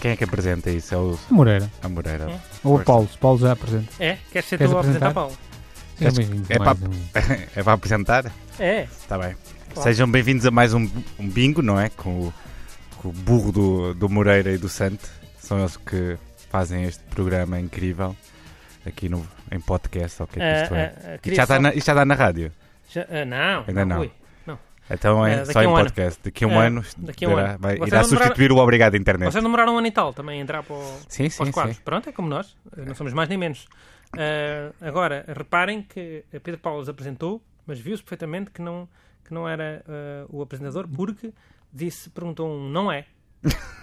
Quem é que apresenta isso? É o Moreira. a Moreira. É. Ou o Força. Paulo. se Paulo já apresenta. É? Queres ser Queres tu a apresentar? apresentar, Paulo? Seja Acho que bem-vindo. é mais pra- um- É para apresentar? É. Está bem. Claro. Sejam bem-vindos a mais um, um bingo, não é? Com o, com o burro do, do Moreira e do Santo. São eles que fazem este programa incrível aqui no, em podcast, ou o que é que isto Ah, é. ah, ah, Isto queria já, está só- na, isto já está na rádio. já- ah, não. Ainda não. Ui. Então é Ah, daqui só a em um ano. podcast. Daqui a um Ah, ano daqui a um irá- ano. vai- Vocês irá vão demorar- substituir o Obrigado Internet. Vocês demoraram um ano e tal também a entrar para, o, Sim, para sim, os quadros. sim. Pronto, é como nós. Eh, Não somos mais nem menos. Ah, agora, reparem que a Pedro Paulo os apresentou, mas viu-se perfeitamente que não, que não era ah, o apresentador porque disse, perguntou um não é.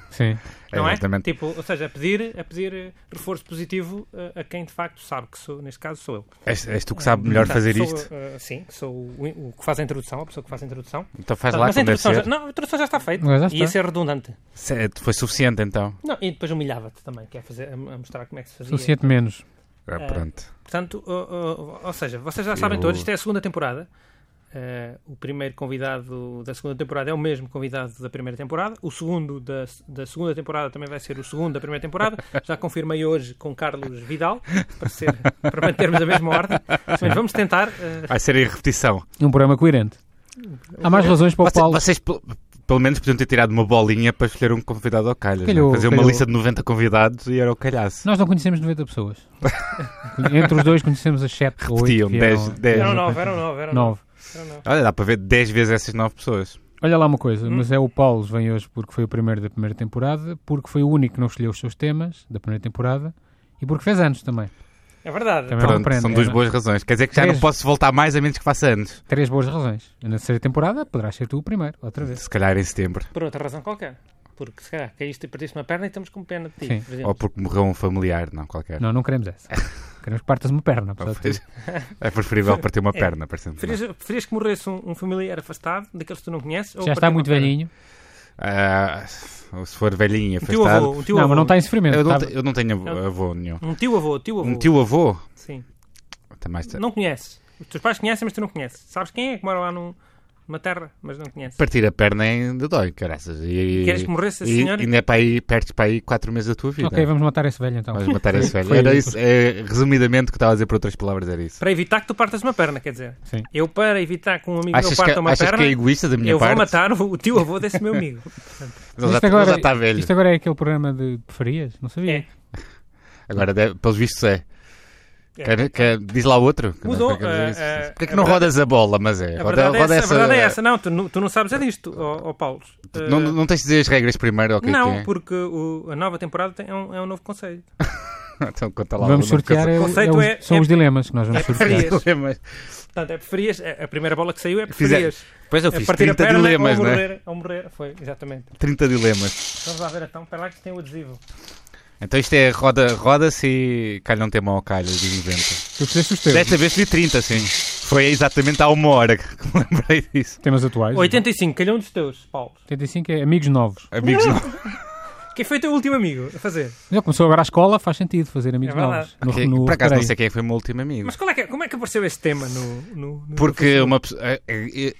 Sim. Não é? Exatamente. Tipo, ou seja, a pedir, a pedir eh, reforço positivo eh, a quem de facto sabe que sou, neste caso sou eu. é? És, és tu que sabe melhor Portanto, fazer sou, isto. eh, sim, que sou o, o que faz a introdução, a pessoa que faz a introdução. Então faz Portanto, lá Tá, mas a como deve introdução já, ser. não, a introdução já está feita. Mas já está. Ia ser redundante. Certo, Foi suficiente então. Não, e depois humilhava-te também, que é fazer, a, a mostrar como é que se fazia. Suficiente menos. Ah, Ah. pronto. Portanto, ó, ó, ó, ou seja, vocês já sabem Eu- todos, isto é a segunda temporada. Eh, o primeiro convidado da segunda temporada é o mesmo convidado da primeira temporada. O segundo da, da segunda temporada também vai ser o segundo da primeira temporada. Já confirmei hoje com Carlos Vidal para, ser- para mantermos a mesma ordem. Mas vamos tentar. eh, Vai ser em repetição. Um programa coerente. Há mais razões para o Você- Paulo. Vocês, pel- pelo menos, podiam ter tirado uma bolinha para escolher um convidado ao calhas. Calhou, não é? Fazer uma calhou. lista de 90 convidados e era o calhaço. Nós não conhecemos 90 pessoas. Entre os dois conhecemos as 7 ou 8. Repetiam, 10, É. 10. eram um nove, eram nove, eram 9. nove. eram nove. Olha, dá para ver 10 vezes essas 9 pessoas. Olha lá uma coisa, Hum. mas é o Paulo vem hoje porque foi o primeiro da primeira temporada, porque foi o único que não escolheu os seus temas da primeira temporada e porque fez anos também. É verdade. Também- Não Pronto, aprende, são duas é, boas razões. Quer dizer que já não Três. posso voltar mais a menos que faça anos. Três boas razões. Na terceira temporada poderás ser tu o primeiro, outra vez. Se calhar em setembro. Por outra razão qualquer. Porque se calhar caíste e partiste uma perna e estamos com pena de ti. Sim. por exemplo. Ou porque morreu um familiar, não, qualquer. Não, não queremos essa. Queremos que partas uma perna. apesar de tudo. É preferível partir uma perna, parecendo. Preferias, preferias que morresse um, um familiar afastado, daqueles que tu não conheces? ou Já está partir muito uma perna? velhinho. Ah, se for velhinho, Um tio avô, afastado. um tio Não, avô. mas não está em sofrimento. tá- Eu não, está- te- eu não tenho avô, Não. avô nenhum. Um tio avô, tio avô. Um tio avô? Sim. Até mais tarde. Não conheces. Os teus pais conhecem, mas tu não conheces. Sabes quem é que mora lá num- numa terra, mas não conheces. Partir a perna ainda dói, caraças. E, Queres que morresse a e, senhora? ainda é para aí, perdes para aí 4 meses da tua vida. Ok, vamos matar esse velho então. Vamos matar esse velho. foi Era aí. isso, é, resumidamente, o que estava a dizer por outras palavras era isso. Para evitar que tu partas uma perna, quer dizer. Sim. Eu, para evitar que um amigo meu Achas, que, parta uma achas perna, que é egoísta da minha eu parte? vou matar o, o tio avô desse meu amigo. Ele já, tá- Isto ele agora- já está velho. Isto agora é aquele programa de preferias? Não sabia. É. Agora, deve- pelos vistos, é. É. Quer- quer- diz lá outro. que não Mudou, sei o que é dizer eh, isso. eh, Porquê que a não verdade- rodas a bola, mas é? Roda- A verdade, é, roda essa, a verdade é eh, essa. Não, tu, não- tu não sabes é disto, ó ó Paulo. Eh, Não, não tens de dizer as regras primeiro, ou o que é não, que é? porque o- a nova temporada tem- é, um, é um novo conceito. Então conta lá. Vamos o nome que eu sortear. é- conceito é é- os- São é- os dilemas que nós vamos é sortear. preferias. sei. Mas- Portanto, é preferias. A a primeira bola que saiu é Fizer- preferias. Pois eu a fiz partir a 30 perna dilemas, ou não é? morrer. Ou morrer. Foi, exatamente. 30 dilemas. Vamos lá ver então. Espera lá que isto tem o adesivo. Então isto é roda- roda-se e calha um tema ao calhas de 90. Tu fizeste os teus Desta vez vi 30, sim. Foi exatamente há uma hora que me lembrei disso. temas é. atuais. 85, calhão um dos teus, Paulo. 85 é amigos novos. Amigos, não. Quem foi o teu último amigo a fazer? Já começou agora a escola, faz sentido fazer amigos É verdade. novos. No, Quem- no- por acaso peraí. não sei quem foi o meu último amigo. Mas qual é que é- como é que apareceu esse tema no. no- no- Porque uma pessoa. é- é- é-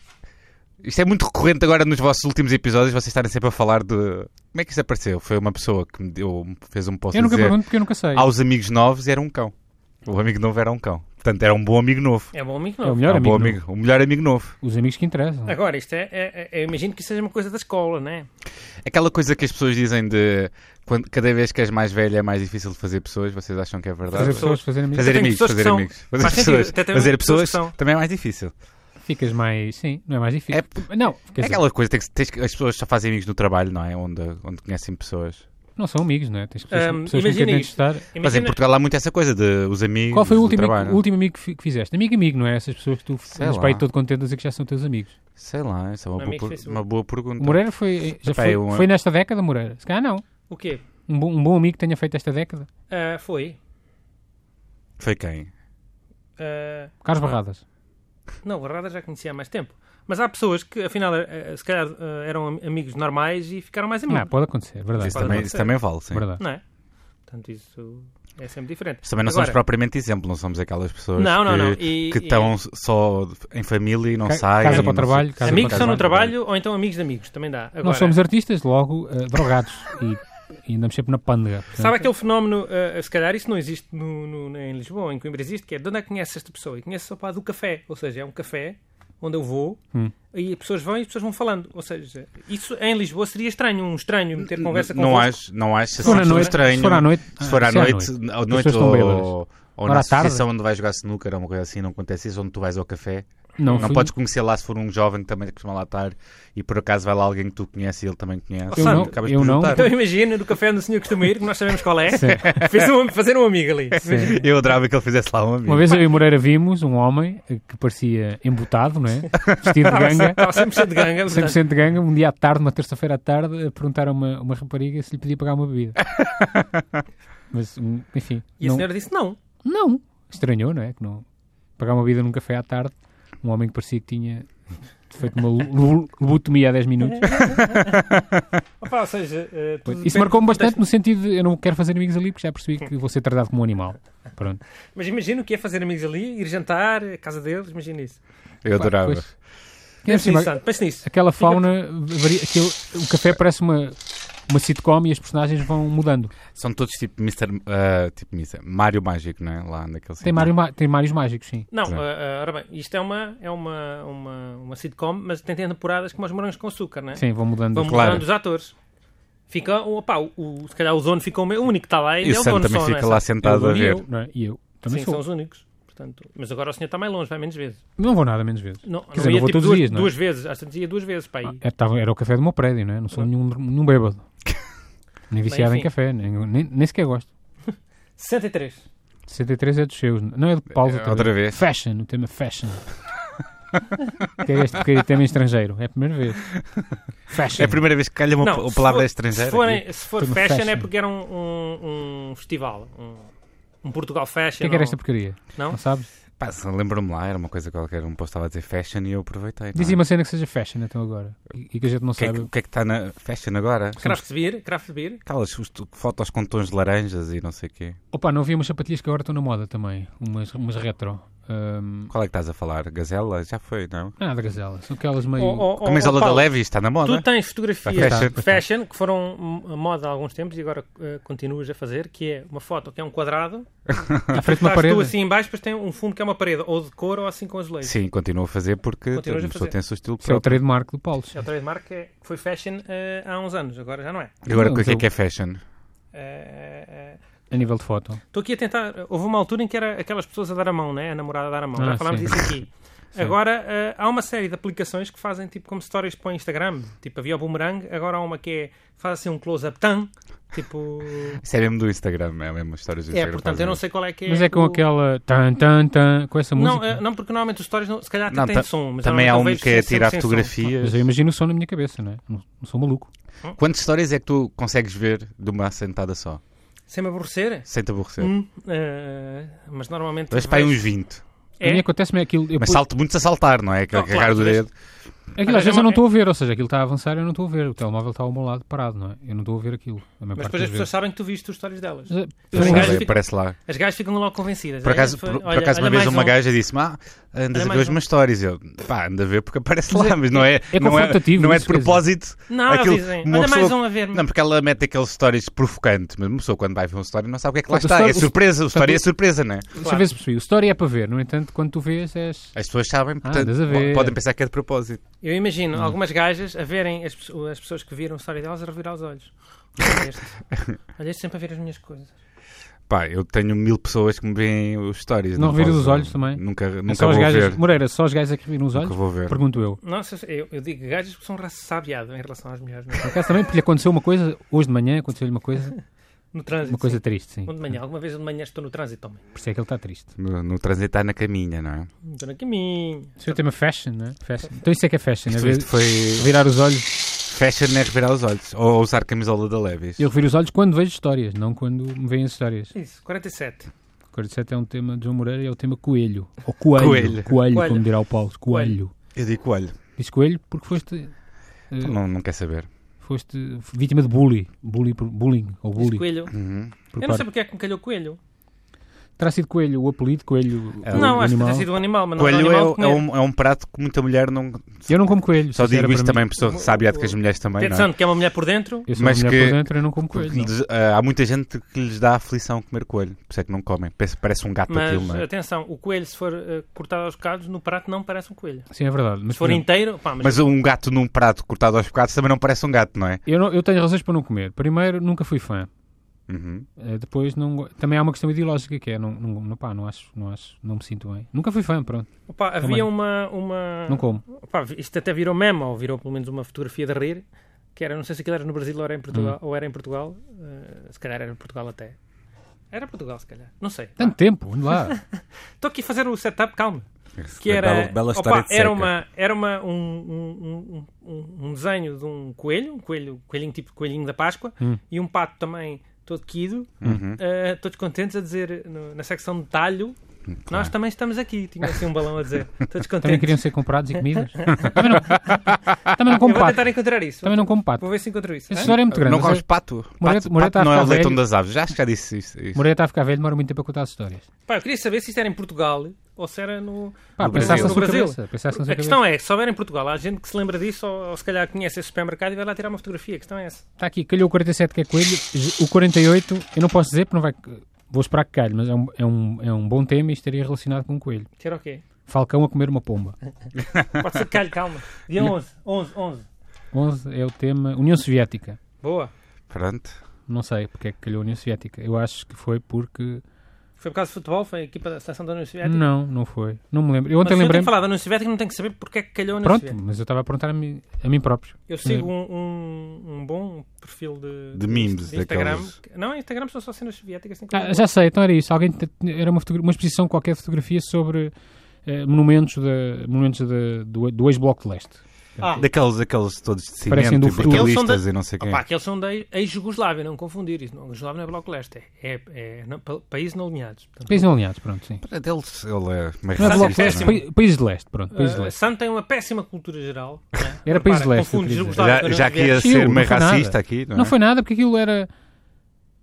Isto é muito recorrente agora nos vossos últimos episódios, vocês estarem sempre a falar de. Como é que isso apareceu? Foi uma pessoa que me deu, me fez um post a Eu nunca dizer pergunto porque eu nunca sei. aos amigos novos e era um cão. O amigo novo era um cão. Portanto, era um bom amigo novo. É bom amigo É o não. melhor Ah, bom amigo. amigo- o melhor amigo novo. Os amigos que interessam. Agora, isto é, é- é- Eu imagino que isso seja uma coisa da escola, né? Aquela coisa que as pessoas dizem de quando, cada vez que és mais velho é mais difícil de fazer pessoas, vocês acham que é verdade? Fazer pessoas. pessoas, fazer amigos. Fazer Tem amigos, pessoas que fazer são- amigos. Fazer faz sentido, pessoas, até tem fazer pessoas que pessoas são. também é mais difícil. Ficas mais. Sim, não é mais difícil. Não, quer é dizer, aquela coisa, tem que- tens que- as pessoas só fazem amigos no trabalho, não é? Onde, onde conhecem pessoas. não são amigos, não é? Tens Ahm, pessoas, pessoas que imagina nunca isto. estar. Mas é em Imagina, Portugal há muito essa coisa de os amigos. Qual foi o do último, trabalho. amigo, o último amigo que, fi- que fizeste? Amigo, amigo, não é? Essas pessoas que tu Sei fazes lá. para aí todo contente a dizer que já são teus amigos. Sei lá, essa é uma, boa, Amigo per- Facebook. uma boa pergunta. O Moreira foi. eh, Já Então, Epá, foi, eu- foi nesta década, Moreira? Se calhar não. o quê? Um bom, um bom amigo que tenha feito esta década. Ah, foi. Foi quem? ah, Carlos Barradas. Não, o Rada já conhecia há mais tempo. Mas há pessoas que, afinal, eh, se calhar eh, eram am- amigos normais e ficaram mais amigos. Ah, pode acontecer, verdade. Isso pode também, acontecer. isso também vale, sim. verdade. Não é? Portanto, isso é sempre diferente. Mas Também não Agora, somos propriamente exemplo, não somos aquelas pessoas Não, não, que, não. E- que e- estão só em família e não Ca- saem. casa para não o é? sei- trabalho, casa Amigos para são no casa. trabalho ou então amigos de amigos, também dá. Agora, Nós somos artistas, logo eh, drogados e E andamos sempre na pândega. portanto, Sabe aquele fenómeno, eh, se calhar isso não existe no, no- em Lisboa, em Coimbra existe, que é de onde é que conheces esta pessoa? E conheces só para do café, ou seja, é um café onde eu vou Hum. e as pessoas vão e as pessoas vão falando. Ou seja, isso em Lisboa seria estranho, um estranho meter conversa com não acho, não acho Se for à assim tão noite, estranho. se for à noite, Se for ah, à noite, à as noite pessoas estão bêbadas. ou, ou Ora, na à tarde. associação onde vais jogar snooker ou uma coisa assim, não acontece isso, onde tu vais ao café. Não, Não, fui- podes conhecer lá se for um jovem que também costuma lá estar e por acaso vai lá alguém que tu conheces e ele também conhece. Eu não- Acabas eu por não. juntar. Então imagina no café onde o senhor costuma ir, que nós sabemos qual é, Fez um- fazer um amigo ali. Sim. Eu adorava que ele fizesse lá um amigo. Uma vez eu e Moreira vimos um homem eh, que parecia embotado, não é? Vestido de ganga. Estava 100% de ganga, portanto, 100% de ganga, um dia à tarde, uma terça-feira à tarde, a perguntar a uma, uma rapariga se lhe podia pagar uma bebida. Mas, hum, enfim. e a não- senhora disse não. Não. Estranhou, não é? Que não... Pagar uma bebida num café à tarde, um homem que parecia que tinha feito uma lu- lu- lobotomia há 10 minutos. É. Opa, ou seja, eh, tudo Isso depende- marcou-me bastante no sentido de eu não quero fazer amigos ali porque já percebi que vou ser tratado como um animal. Pronto. Mas imagina o que é fazer amigos ali, ir jantar, à casa deles, imagina isso. Eu adorava. Pois. Deve ser Sim, mas- interessante, pense nisso. Aquela fauna, varia, aquilo, o café parece uma, uma sitcom e as personagens vão mudando. São todos tipo Mr. ah, tipo Mr. Mário Mágico, não é? Lá naquele Tem, Mário, Ma- tem Mários Mágicos, sim. Não, Sim. ah, ah, ora bem, isto é uma, é uma, uma, uma sitcom, mas tem temporadas como os morangos com açúcar, não é? Sim, vão mudando. Vão Claro. mudando os atores. Fica, o- opá, o, o- se calhar o Zono ficou o me- o único que está lá, E ele é o o dono Santo também só, fica não é? lá É o sentado a Doni e ver. eu, não é? E eu. Também Sim, sou. são os únicos. Portanto, mas agora o senhor está mais longe, vai menos vezes. Não vou nada menos vezes. Não, dizer, ia não vou tipo todos os duas, dias, não é? duas vezes, às tantas ia duas vezes para aí. Ah, tava- era o café do meu prédio, não é? Não sou nenhum, nenhum bêbado. Nem viciado em enfim. café, nem, nem, nem sequer gosto. 63. 63 é dos seus, não é do Paulo. É, outra vez. Fashion, o tema fashion. que é este pequeno tema em estrangeiro. É a primeira vez. Fashion. É a primeira vez que calha uma, uma se palavra é for- estrangeira. Se, forem- se for Tudo fashion, fashion. é porque era um, um, um festival. Um, um Portugal O Fashion. que é que era ou- esta porcaria? Não? Não sabes? Pá, se- lembro-me lá, era uma coisa qualquer. Um posto estava a dizer fashion e eu aproveitei. não é? Dizia uma cena que seja fashion então agora. E e que a gente não O que, é sabe. que, o que é que está na fashion agora? Craft beer, craft beer. Aquelas foto- fotos com tons de laranjas e não sei o quê. Opa, não havia umas sapatilhas que agora estão na moda também. Umas, umas retro. Ahm, Qual é que estás a falar? Gazela? Já foi, não? nada, gazela. São aquelas meio. Oh, oh, oh, A camisola oh, da Paulo, Levi está na moda. Tu tens Vai fotografias fashion. de fashion que foram hum, moda há alguns tempos e agora eh, continuas a fazer, que é uma foto que é um quadrado, à frente de uma estás parede. tu assim em baixo, depois tem um fundo que é uma parede, ou de cor ou assim com azulejo. Sim, continuo a fazer porque a Continuas a pessoa fazer. tem o seu estilo Isso é o próprio. trademark do Paulo. É o trademark que é- que foi fashion eh, há uns anos, agora já não é. Eh, E agora, o Não, que é mas que é fashion? Estou A nível de foto. aqui a tentar. Houve uma altura em que era aquelas pessoas a dar a mão, né? A namorada a dar a mão. Ah, já falámos sim. disso aqui. Agora eh, há uma série de aplicações que fazem tipo como stories para o Instagram. Tipo, havia o boomerang, agora há uma que é faz assim um close-up tan, tipo. Isso é mesmo do Instagram, é mesmo histórias do É, Instagram. portanto, eu não sei qual é que é. Mas é com o- aquela. Tan, tan, tan, com essa Não, música. eh, não, porque normalmente os stories não, se calhar até Não, têm ta- ah, som. Mas Também há um normalmente eu que vejo é sempre tirar sem som. fotografias. Mas eu imagino o som na minha cabeça, não é? Não, não sou maluco. Quantas histórias é que tu consegues ver de uma sentada só? Sem me aborrecer? Sem te aborrecer? Hum, eh, mas normalmente. Vejo para aí vejo- uns 20. A É, mim acontece-me aquilo. Eu, Mas pus- salto muitos a saltar, não é? Que Não, agarrar claro, o dedo. aquilo é às vezes eu não estou a ver, ou seja, aquilo está a avançar e eu não estou a ver. O telemóvel está ao meu lado parado, não é? Eu não estou a ver aquilo. A maior mas parte depois as das pessoas vezes. eh, sabem que tu viste os stories delas. Eu Mas não gajo Sabe, fica- Aparece lá. As gajas ficam logo convencidas. Por Olha, acaso, foi- por, por olha, acaso uma olha vez mais uma um. gaja disse-me: ah, andas Olha a ver mais as um. minhas histórias. Eu, pá, anda a ver porque aparece Mas lá, mas não é, é não é, confrontativo não é de isso, quer dizer. propósito. Não, elas Aquilo- dizem. uma Olha mais pessoa- um a ver-me. Não, porque ela mete aqueles stories provocante, mas uma pessoa quando vai ver um story não sabe o que é que lá Portanto, está. o É story- surpresa, o story é surpresa, não é? Deixa eu ver se percebi. O story é para ver, no entanto, quando tu vês, és. As pessoas sabem, portanto, Ah, andas a ver. podem pensar que é de propósito. Eu imagino algumas gajas a verem as, pesso- as pessoas que viram o story delas a revirar os olhos. Olha este. Olha este sempre a ver as minhas coisas. Pá, eu tenho mil pessoas que me veem os stories. Não reviras posso- os olhos também? Nunca, nunca é só as vou gajas. ver. Moreira, só as gajas é que viram os Nunca olhos? vou ver. Pergunto eu. Nossa, eu, eu digo gajas que são raçabiado em relação às mulheres. não é? Por acaso também, porque lhe aconteceu uma coisa, hoje de manhã aconteceu-lhe uma coisa, No trânsito. uma coisa sim. triste, sim. Bom de manhã, alguma vez de manhã estou no trânsito também. Por isso é que ele está triste. No, no trânsito está na caminha, não é? Estou no caminho. Isso é o tema fashion, não é? Fashion. Então isso é que é fashion, é Isto, ver, isto foi virar os olhos. fashion é revirar os olhos. Ou usar camisola da Levis. Eu reviro os olhos quando vejo histórias, não quando me veem as histórias. Isso, 47. 47 é um tema de João Moreira e é o tema coelho. Ou coelho. Coelho. Coelho, Coelho. como dirá o Paulo. Coelho. Eu digo olho. Diz coelho porque foste, eh, Não, não quer saber. foste vítima de bullying. Bullying, por- bullying ou Diz bullying. coelho. Uhum. por Eu não parte. sei porque é que me calhou coelho. Terá sido coelho o apelido, coelho É, o o não, acho que animal. tem sido um animal, mas não Coelho é, é um animal o- é um, é um prato que muita mulher não. Eu não como coelho. Só se era digo isto para mim. também, pessoa que sabe há de que as mulheres também. Não é? Pensando que é uma mulher por dentro, Eu sou Mas uma mulher que- por dentro, eu não como Porque coelho. não. lhes- ah, há muita gente que lhes dá aflição comer coelho, por isso é que não comem. Parece, parece um gato mas eh, aquilo, não é? atenção, o coelho, se for eh, cortado aos bocados, no prato não parece um coelho. Sim, é verdade. Mas, Se for por exemplo, inteiro, pá, mas, Mas um gato num prato cortado aos bocados também não parece um gato, não é? eu, não- eu tenho razões para não comer. Primeiro, nunca fui fã. Uhum. Eh, Depois, não, go- também há uma questão ideológica que é, não, não, não, pá, não acho, não acho, não me sinto bem. Nunca fui fã, pronto, pá, também. havia uma. uma... não como. Pá, isto até virou meme, ou virou pelo menos uma fotografia de rir, que era, não sei se aquilo era no Brasil ou era em Portugal, Hum. ou era em Portugal eh, se calhar era em Portugal até. Era Portugal, se calhar. Não sei. Tanto tempo, vamos lá. Estou aqui a fazer o setup, calma. Que Bela- era, bela opa, história de era, seca. uma, era uma, um, um- um- um- um desenho de um coelho, um coelho, coelhinho tipo coelhinho da Páscoa, Hum. e um pato também todo quido, Uhum. eh, todos contentes a dizer no- na secção de talho. Hum, Nós também estamos aqui, tinha assim um balão a dizer. Também Todos contentes. queriam ser comprados e comidas. Também não, também não Eu como vou pato. tentar encontrar isso. Também não como pato. Vou ver se encontro isso. Essa Hã? história é muito grande. Não mas comes é- pato? Moreta- pato, Moreta pato não é o fica leitão velho. das aves. Já acho que já disse isso. isso. Moreira está a ficar velho, demora muito tempo a contar as histórias. Pá, eu queria saber se isto era em Portugal ou se era no, é- Pá, no pensaste Brasil. na No sua Brasil. cabeça. Pensaste na A sua questão cabeça. é, se souber em Portugal, há gente que se lembra disso ou, ou se calhar conhece esse supermercado e vai lá tirar uma fotografia. A questão é essa. Está aqui, calhou o 47 que é coelho. O 48, eu não posso dizer porque não vai... Vou esperar que calhe, mas é um, é um, é um bom tema e estaria relacionado com um coelho. Tirar o quê? Falcão a comer uma pomba. Pode ser que calhe, calma. Dia 11, 11, 11. 11 é o tema União Soviética. Boa. Pronto. Não sei porque é que calhou a União Soviética. Eu acho que foi porque... Foi por causa de futebol? Foi a equipa da seleção da União Soviética? Não, não foi. Não me lembro. Eu Mas Hum, ontem se eu lembrei tenho falado da União Soviética, não tenho que saber porque é que calhou a União Pronto, É. Soviética. mas eu estava a perguntar a mim, a mim próprio. Eu sigo um, um, um bom perfil de, De memes, de Instagram. daqueles. que- Não, Instagram são só cenas soviéticas. Assim, Ah, já sei, então era isso. Alguém te- era uma, fotogra- uma exposição qualquer de fotografia sobre eh, monumentos, da monumentos da- do, do ex-bloco de leste. Ah, Daqueles, daqueles todos de Parecem cimento do e futuro. brutalistas Eles são da- e não sei quem. Opa, aqueles são da ex-Jugoslávia, não confundir isso. Não, Jugoslávia não é Bloco Leste, é, é, é não, pa- países não alinhados. Portanto, Países não alinhados, pronto, sim. Ele, ele é meio Não é racista, bloco de não é? leste, pa- países de leste, pronto, países de eh, leste. Santo tem uma péssima cultura geral. né? Era Repara, país de leste, eu Confunde queria Jugoslávia com Já, a já que ia Chiu, ser não meio foi nada. racista aqui, não é? Não foi nada, porque aquilo era...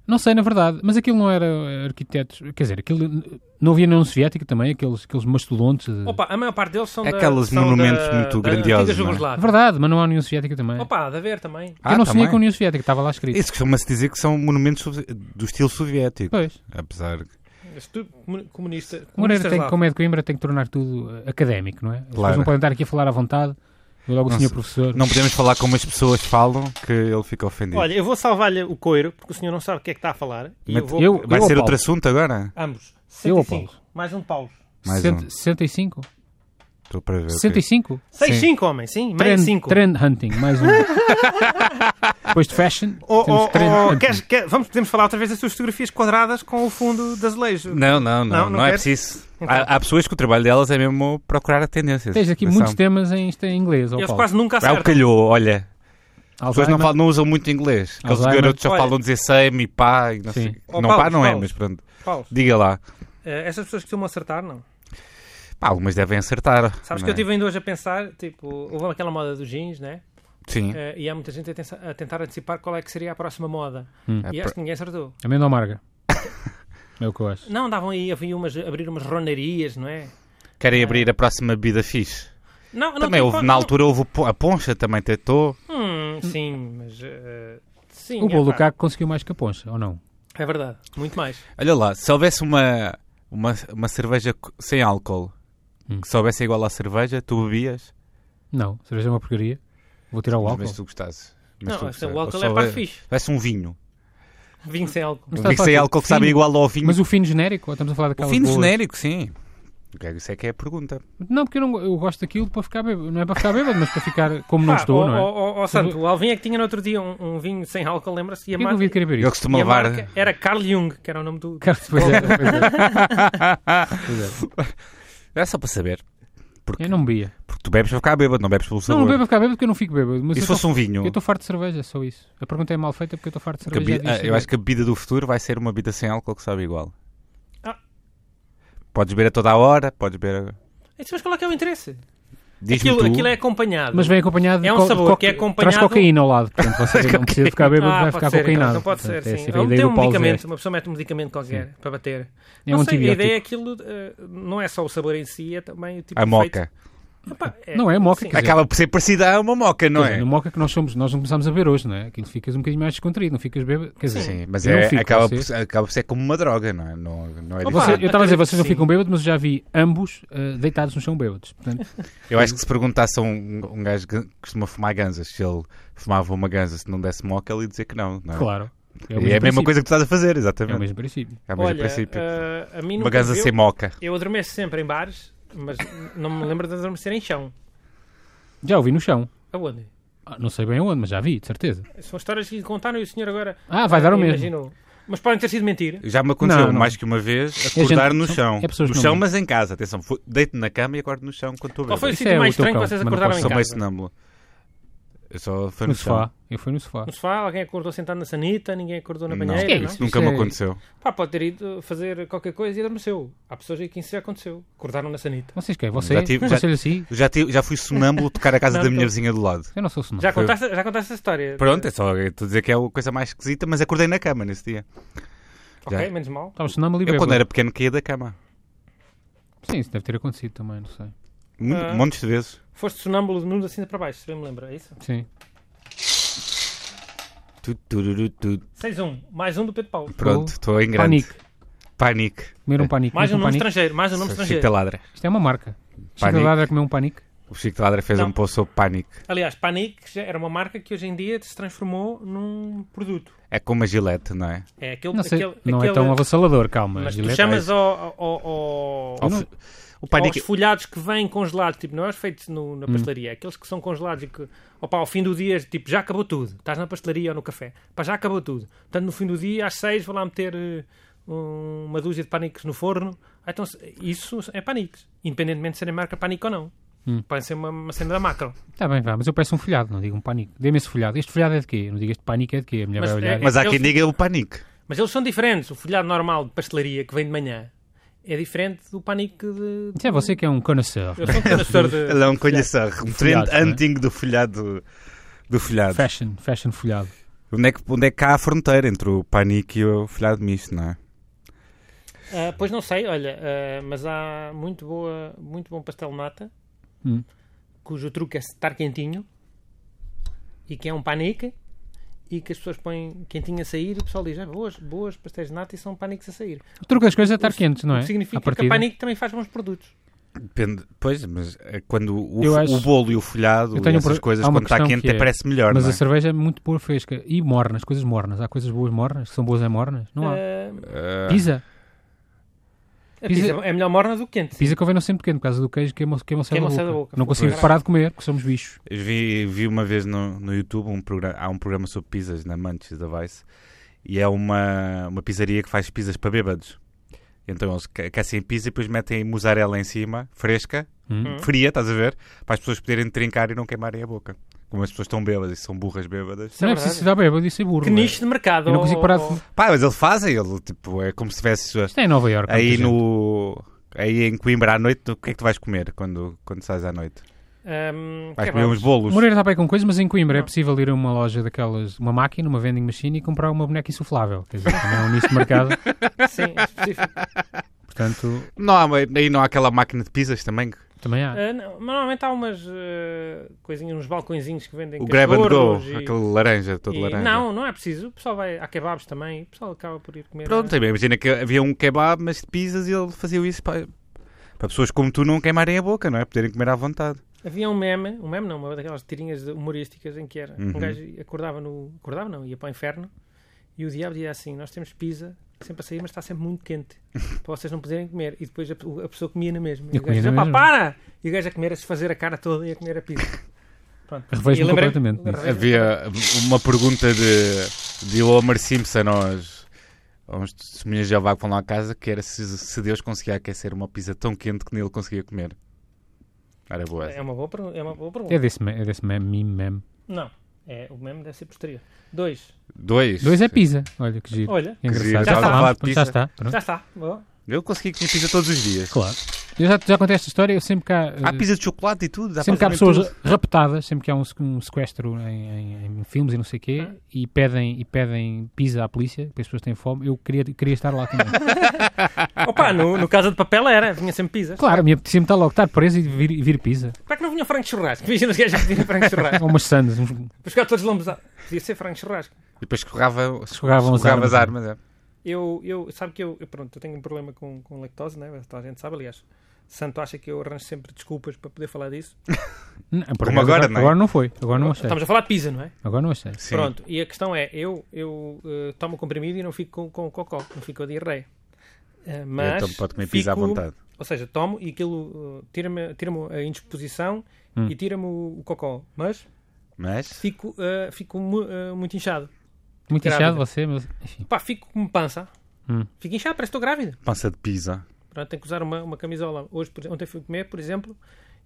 Não sei, na verdade, mas aquilo não era arquitetos... Quer dizer, aquilo... n- Não havia na União Soviética também, aqueles, aqueles mastodontes... de- Opa, a maior parte deles são É da- aqueles são monumentos da- muito da grandiosos, antiga não é? Jugoslávia. Verdade, mas não é? há União Soviética também. Opa, há de haver também. Ah, eu não também. sonhei com a União Soviética, estava lá escrito. Isso costuma-se dizer que são monumentos sovi- do estilo soviético. Pois. Apesar que. Esse tudo comuni- Comunista. Moreira comunistas tem, lá. como é de Coimbra, tem que tornar tudo eh, académico, não é? As pessoas Claro. não podem estar aqui a falar à vontade. Eu logo o Não senhor se- professor. Não podemos falar como as pessoas falam, que ele fica ofendido. Olha, eu vou salvar-lhe o coiro, porque o senhor não sabe o que é que está a falar. E Mas eu vou. eu- Vai ao ser outro Paulo. assunto agora? Ambos. Eu ou 65. Mais um Paulo. Mais Sessenta- um. 65? Estou para ver. o quê. 65? 6-5, homem, sim. Meio Trend, 5. trend hunting, mais um. Depois de fashion, Oh, temos oh, trend oh, hunting. queres- quer- vamos, podemos falar outra vez das suas fotografias quadradas com o fundo de azulejo. Não, não, não. Não, Não, não é queres? Então. preciso. Há, há pessoas que o trabalho delas é mesmo procurar a tendência. Tens aqui muitos temas em, isto é em inglês. ó Eles Paulo. quase nunca É o acertam. calhou, olha. As pessoas não, Alzheimer. falam, não usam muito inglês. Aqueles Alzheimer. garotos só Olha. falam dizer same e pá. E não Sim. sei. Oh, não Paulo, pá não é, Paulo. mas pronto. Paulo, Diga lá. eh, essas pessoas que costumam acertar, não. Pá, algumas devem acertar. Sabes não que é? eu estive ainda hoje a pensar, tipo, houve aquela moda dos jeans, né? Sim. Eh, e há muita gente a, tensa- a tentar antecipar qual é que seria a próxima moda. É E pra- acho que ninguém acertou. Amêndoa amarga. é o que eu acho. Não, andavam aí, havia umas, abrir umas ronarias, não é? Querem abrir a próxima bebida fixe. Não, não, Também tipo, houve, não- na altura houve o po- a poncha, também tentou. Hum, sim, mas. eh, sim, O é, pá, Bolucaco conseguiu mais que a poncha, ou não? É verdade, muito mais. Olha lá, se houvesse uma, uma, uma cerveja co- sem álcool Hum. que soubesse igual à cerveja, tu bebias, Não, cerveja é uma porcaria. Vou tirar o álcool. mas tu gostasses. Mas tu não, gostasses. o álcool Ou é se para houvesse- fixe. Houvesse um vinho. Vinho sem álcool. Mas Um tá vinho só sem aqui, álcool que sabe fino. igual ao vinho. Mas o fino genérico, ou estamos a o falar daquela vinho genérico, sim. Isso é que é a pergunta. Não, porque eu, não, eu gosto daquilo para ficar bêbado. Não é para ficar bêbado, mas para ficar como não Pá, estou, Ah, ó, não é? ó, ó, ó, Santo, o Alvin é que tinha no outro dia um, um vinho sem álcool, lembra-se? E Quem a, é que mar- eu devia querer beber Ele isso? costuma e a levar. marca era Carl Jung, que era o nome do. Cara, pois é, pois é. Pois é. É só para saber. Porque, Eu não bebia. porque tu bebes para ficar bêbado, não bebes pelo Não, sabor. não bebo a ficar bêbado porque eu não fico bêbado. Mas e eu se fosse tô- um vinho? eu estou farto de cerveja, só isso. A pergunta é mal feita porque eu estou farto Que de a cerveja. bebi- ah, eu acho que a bebida do futuro vai ser uma bebida sem álcool que sabe igual. Ah. Podes beber a toda a hora, podes beber. a- Isso, mas qual é que é o interesse? Diz-me Aquilo, tu. aquilo é acompanhado. Mas vem acompanhado de É um co- de sabor co- que é Traz acompanhado- cocaína ao lado, portanto você não precisa ficar bêbado, Ah, vai pode ficar ser, então, cocainado. então pode ser, Portanto, sim. essa é a Ou ideia tem do um Paulo Zé. medicamento, uma pessoa mete um medicamento qualquer para bater. É não um sei, a antibiótico. ideia é aquilo, eh, não é só o sabor em si, é também o tipo A de moca. efeito. Epá, Não, é a moca, sim. quer dizer- Acaba por ser parecida a uma moca, não Quer é? dizer, No moca que nós somos, nós não começámos a ver hoje, não é? Aquilo ficas um bocadinho mais descontraído, não ficas bêbado. Quer dizer, Sim, mas eu não é, fico, acaba, você- por, ser- acaba por ser como uma droga, não é? Não, não é Opa, Você- diferente. eu estava a dizer, vocês não Sim. ficam bêbados, mas eu já vi ambos eh, deitados no chão bêbados. Portanto, Eu acho que se perguntasse a um, um gajo que costuma fumar ganzas, se ele fumava uma ganza, se não desse moca, ele ia dizer que não. não é? claro. É e é a mesma o mesmo princípio. coisa que tu estás a fazer, É o exatamente. mesmo princípio. É o mesmo, Olha, princípio. eh, a mim uma nunca ganza deu. sem moca. Eu adormeço sempre em bares, mas não me lembro de adormecer em chão. Já ouvi no chão. Aonde? Ah, não sei bem onde, mas já vi, de certeza. São histórias que lhe contaram e o senhor agora Ah, vai dar o mesmo. imaginou. Mas podem ter sido mentira. Já me aconteceu Não, não. mais que uma vez acordar gente- no são- chão. é pessoas no que não chão, mentem. mas em casa. Atenção, fo- deito na cama e acordo no chão quando estou Qual foi o bêbado. Isso sítio é o mais teu estranho que cão, vocês mas não acordaram posso em Sou meio casa? sonâmbulo. Eu só foi No, no, sofá. Eu fui no sofá. No sofá, alguém acordou sentado na sanita, ninguém acordou na Não, banheira, Que é não? isso? Nunca me é- aconteceu. Pá, pode ter ido fazer qualquer coisa e adormeceu. Há pessoas aí que isso já aconteceu. Acordaram na sanita. Vocês quem? é Você? Já tive- já- Você assim? Já, ti- já fui sonâmbulo tocar a casa Não, da minha tô- vizinha do lado. Eu não sou sonoro. Já Foi- contaste, já contaste essa história? Pronto, é só estou a dizer que é a coisa mais esquisita, mas acordei na cama nesse dia. Ok, já. menos mal. Estava sonando ali Eu, quando era pequeno, caía da cama. Sim, isso deve ter acontecido também, não sei. Um Ah. montes de vezes. Foste sonâmbulo de nudo assim para baixo, se bem me lembro, é isso? Sim. Tu, tururu, tu. 6-1, mais um do Pedro Paulo. Oh, Pronto, estou em grande. É. Panique. Panique. Comer um panique. Mais um Comer nome um panique. estrangeiro, mais um nome Chico estrangeiro. da Ladra. Isto é uma marca. Panique. Chegada a comer um panique. O Chico da Ladra fez Não. um post sobre panique. Aliás, Panic já era uma marca que hoje em dia se transformou num produto. É como a gilete, não é? É aquele. Não sei, aquele- não é aquele- tão avassalador, calma. é- Mas tu Gillette- chamas é ao, ao- ao- Ao ao- f- O panique. aos folhados que vêm congelados, tipo, não é os feitos no- na pastelaria, aqueles que são congelados e que, opa, ao fim do dia, tipo, já acabou tudo. Estás na pastelaria ou no café, pá, já acabou tudo. Portanto, no fim do dia, às seis, vou lá meter eh, um- uma dúzia de paniques no forno. Ah, Então, se- isso é paniques, independentemente de serem marca panique ou não. Pode ser uma, uma cena da macro. Está bem, vá, mas eu peço um folhado, não digo um panique. Dê-me esse folhado. Este folhado é de quê? Eu Não digo este panique é de quê? A mulher Mas vai olhar. é- Mas há eu- quem diga o panique. Mas eles são diferentes. O folhado normal de pastelaria que vem de manhã é diferente do panique de. Isso é você que é um connoisseur. Eu sou um conhecedor de. Ele é um conhecer. Um folhado, trend não é? hunting do folhado. Do folhado. Fashion, fashion folhado. Onde é, que, onde é que há a fronteira entre o panique e o folhado misto, não é? Ah, pois não sei, olha, ah, mas há muito, boa, muito bom pastel de nata, Hum. cujo truque é estar quentinho e que é um panique e que as pessoas põem quentinho a sair e o pessoal diz, ah, boas, boas pastéis de nata e são paniques a sair. O truque das coisas é estar O que- quente, não o é? que significa À que partida. a panique também faz bons produtos. Depende. Pois, mas é quando o, Eu f- acho- o bolo e o folhado Eu e tenho um essas pro- coisas, há uma quando está questão quente, que é- até parece melhor, Mas não a é? cerveja é muito boa, fresca. E mornas, coisas mornas. Há coisas boas mornas, que são boas em mornas. Não há. Ah, Ah, Pizza. a Pizza- pizza é melhor morna do que quente. Pizza convém não sempre quente, por causa do queijo que é moçada da Queima o céu boca. da boca. Não consigo Pois. parar de comer, porque somos bichos. Vi, vi uma vez no, no YouTube um programa, há um programa sobre pizzas na Manches da Vice e é uma, uma pizzaria que faz pizzas para bêbados. Então eles ca- aquecem a pizza e depois metem mussarela em cima, fresca, Hum. Uhum. fria, estás a ver? Para as pessoas poderem trincar e não queimarem a boca. Como as pessoas estão bêbadas e são burras bêbadas. Isso é Não é verdade. preciso se dar bêbado e ser burro. Que não é? nicho de mercado. Eu não consigo ó- parar de ó- comer. Pá, mas ele faz, ele tipo, é como se tivesse Isto é em Nova Iorque. aí muita gente. no. Aí em Coimbra à noite, o que é que tu vais comer quando, quando sais à noite? Ahm, Vais comer kebabs. uns bolos? Moreira está bem com coisa, mas em Coimbra é possível ir a uma loja daquelas, uma máquina, uma vending machine e comprar uma boneca insuflável. Quer dizer, também é um nicho de mercado. Sim, é específico. Portanto, Não há, aí não há aquela máquina de pizzas também? também há. Ah, não, mas normalmente há umas ah, coisinhas, uns balcõezinhos que vendem O grab and go, cachorros e- aquele laranja, todo e- laranja. Não, não é preciso. O pessoal vai a kebabs também. O pessoal acaba por ir comer. Pronto, é- imagina que havia um kebab, mas de pizzas e ele fazia isso para, para pessoas como tu não queimarem a boca, não é? Poderem comer à vontade. Havia um meme, um meme não, uma daquelas tirinhas humorísticas em que era. Uhum. Um gajo acordava no. Acordava não, ia para o inferno e o diabo dizia assim: Nós temos pizza sempre a sair, mas está sempre muito quente para vocês não poderem comer. E depois a, a pessoa comia na mesma. E Eu o gajo comia na dizia: "Pá, mesma." para! E o gajo a comer, a se fazer a cara toda e a comer a pizza. Pronto. Revejo-me E lembrei- completamente nisso. lembrei- Havia uma pergunta de, de Homer Simpson aos, aos testemunhas de Jeová que vão lá à casa, que era se, se Deus conseguia aquecer uma pizza tão quente que nele conseguia comer. Era boa. É uma boa pergunta. É uma boa pergunta. É desse, me- é desse meme, meme, meme. Não. É, o meme deve ser posterior. Dois. Dois. Dois é pizza. Olha que giro. Olha, É engraçado. Já Já, estava a falámos, falar de pronto, pizza. já está. Pronto. já está. Boa. Eu consegui comer pizza todos os dias. Claro. Eu já, já contei esta história, eu sempre cá. Há pizza de chocolate e tudo. dá Sempre que há para comer pessoas tudo. raptadas, sempre que há um, um sequestro em, em- em filmes e não sei o quê, Ah. e pedem, e pedem pizza à polícia, porque as pessoas têm fome, eu queria, queria estar lá também. Opa, no, no Casa de Papel era, vinha sempre pizzas. claro, a minha apetecia-me estar logo, estar preso e vir, e vir pizza. Para que não vinha frango de churrasco? Imagina os gajos que vinham frango de churrasco. Ou umas sandas, uns... Para ficar todos lambuzados. Podia ser frango de churrasco. E depois escorrava, Escorravam as escorrava as armas. armas. é. Eu, eu, sabe que eu, eu, pronto, eu tenho um problema com, com lactose, né? Toda a gente sabe, aliás. Santo acha que eu arranjo sempre desculpas para poder falar disso. Não, por Como acaso, agora, não é? agora não foi, agora não achei. Estamos a falar de pizza, não é? Agora não achei. Sim. Pronto, e a questão é, eu, eu eh, tomo comprimido e não fico com, com cocó, não fico com a diarreia. Eh, mas então pode comer pizza à fico- vontade. Ou seja, tomo e aquilo eh, tira-me tira a indisposição Hum. e tira-me o, o cocó. Mas Mas fico, eh, fico mu- eh, muito inchado. Muito Grávida. inchado você, mas enfim. Pá, fico com pança. Hum. Fico inchado, parece que estou grávida. pança de pizza. Pronto, tenho que usar uma, uma camisola. Hoje, por, ontem fui comer, por exemplo,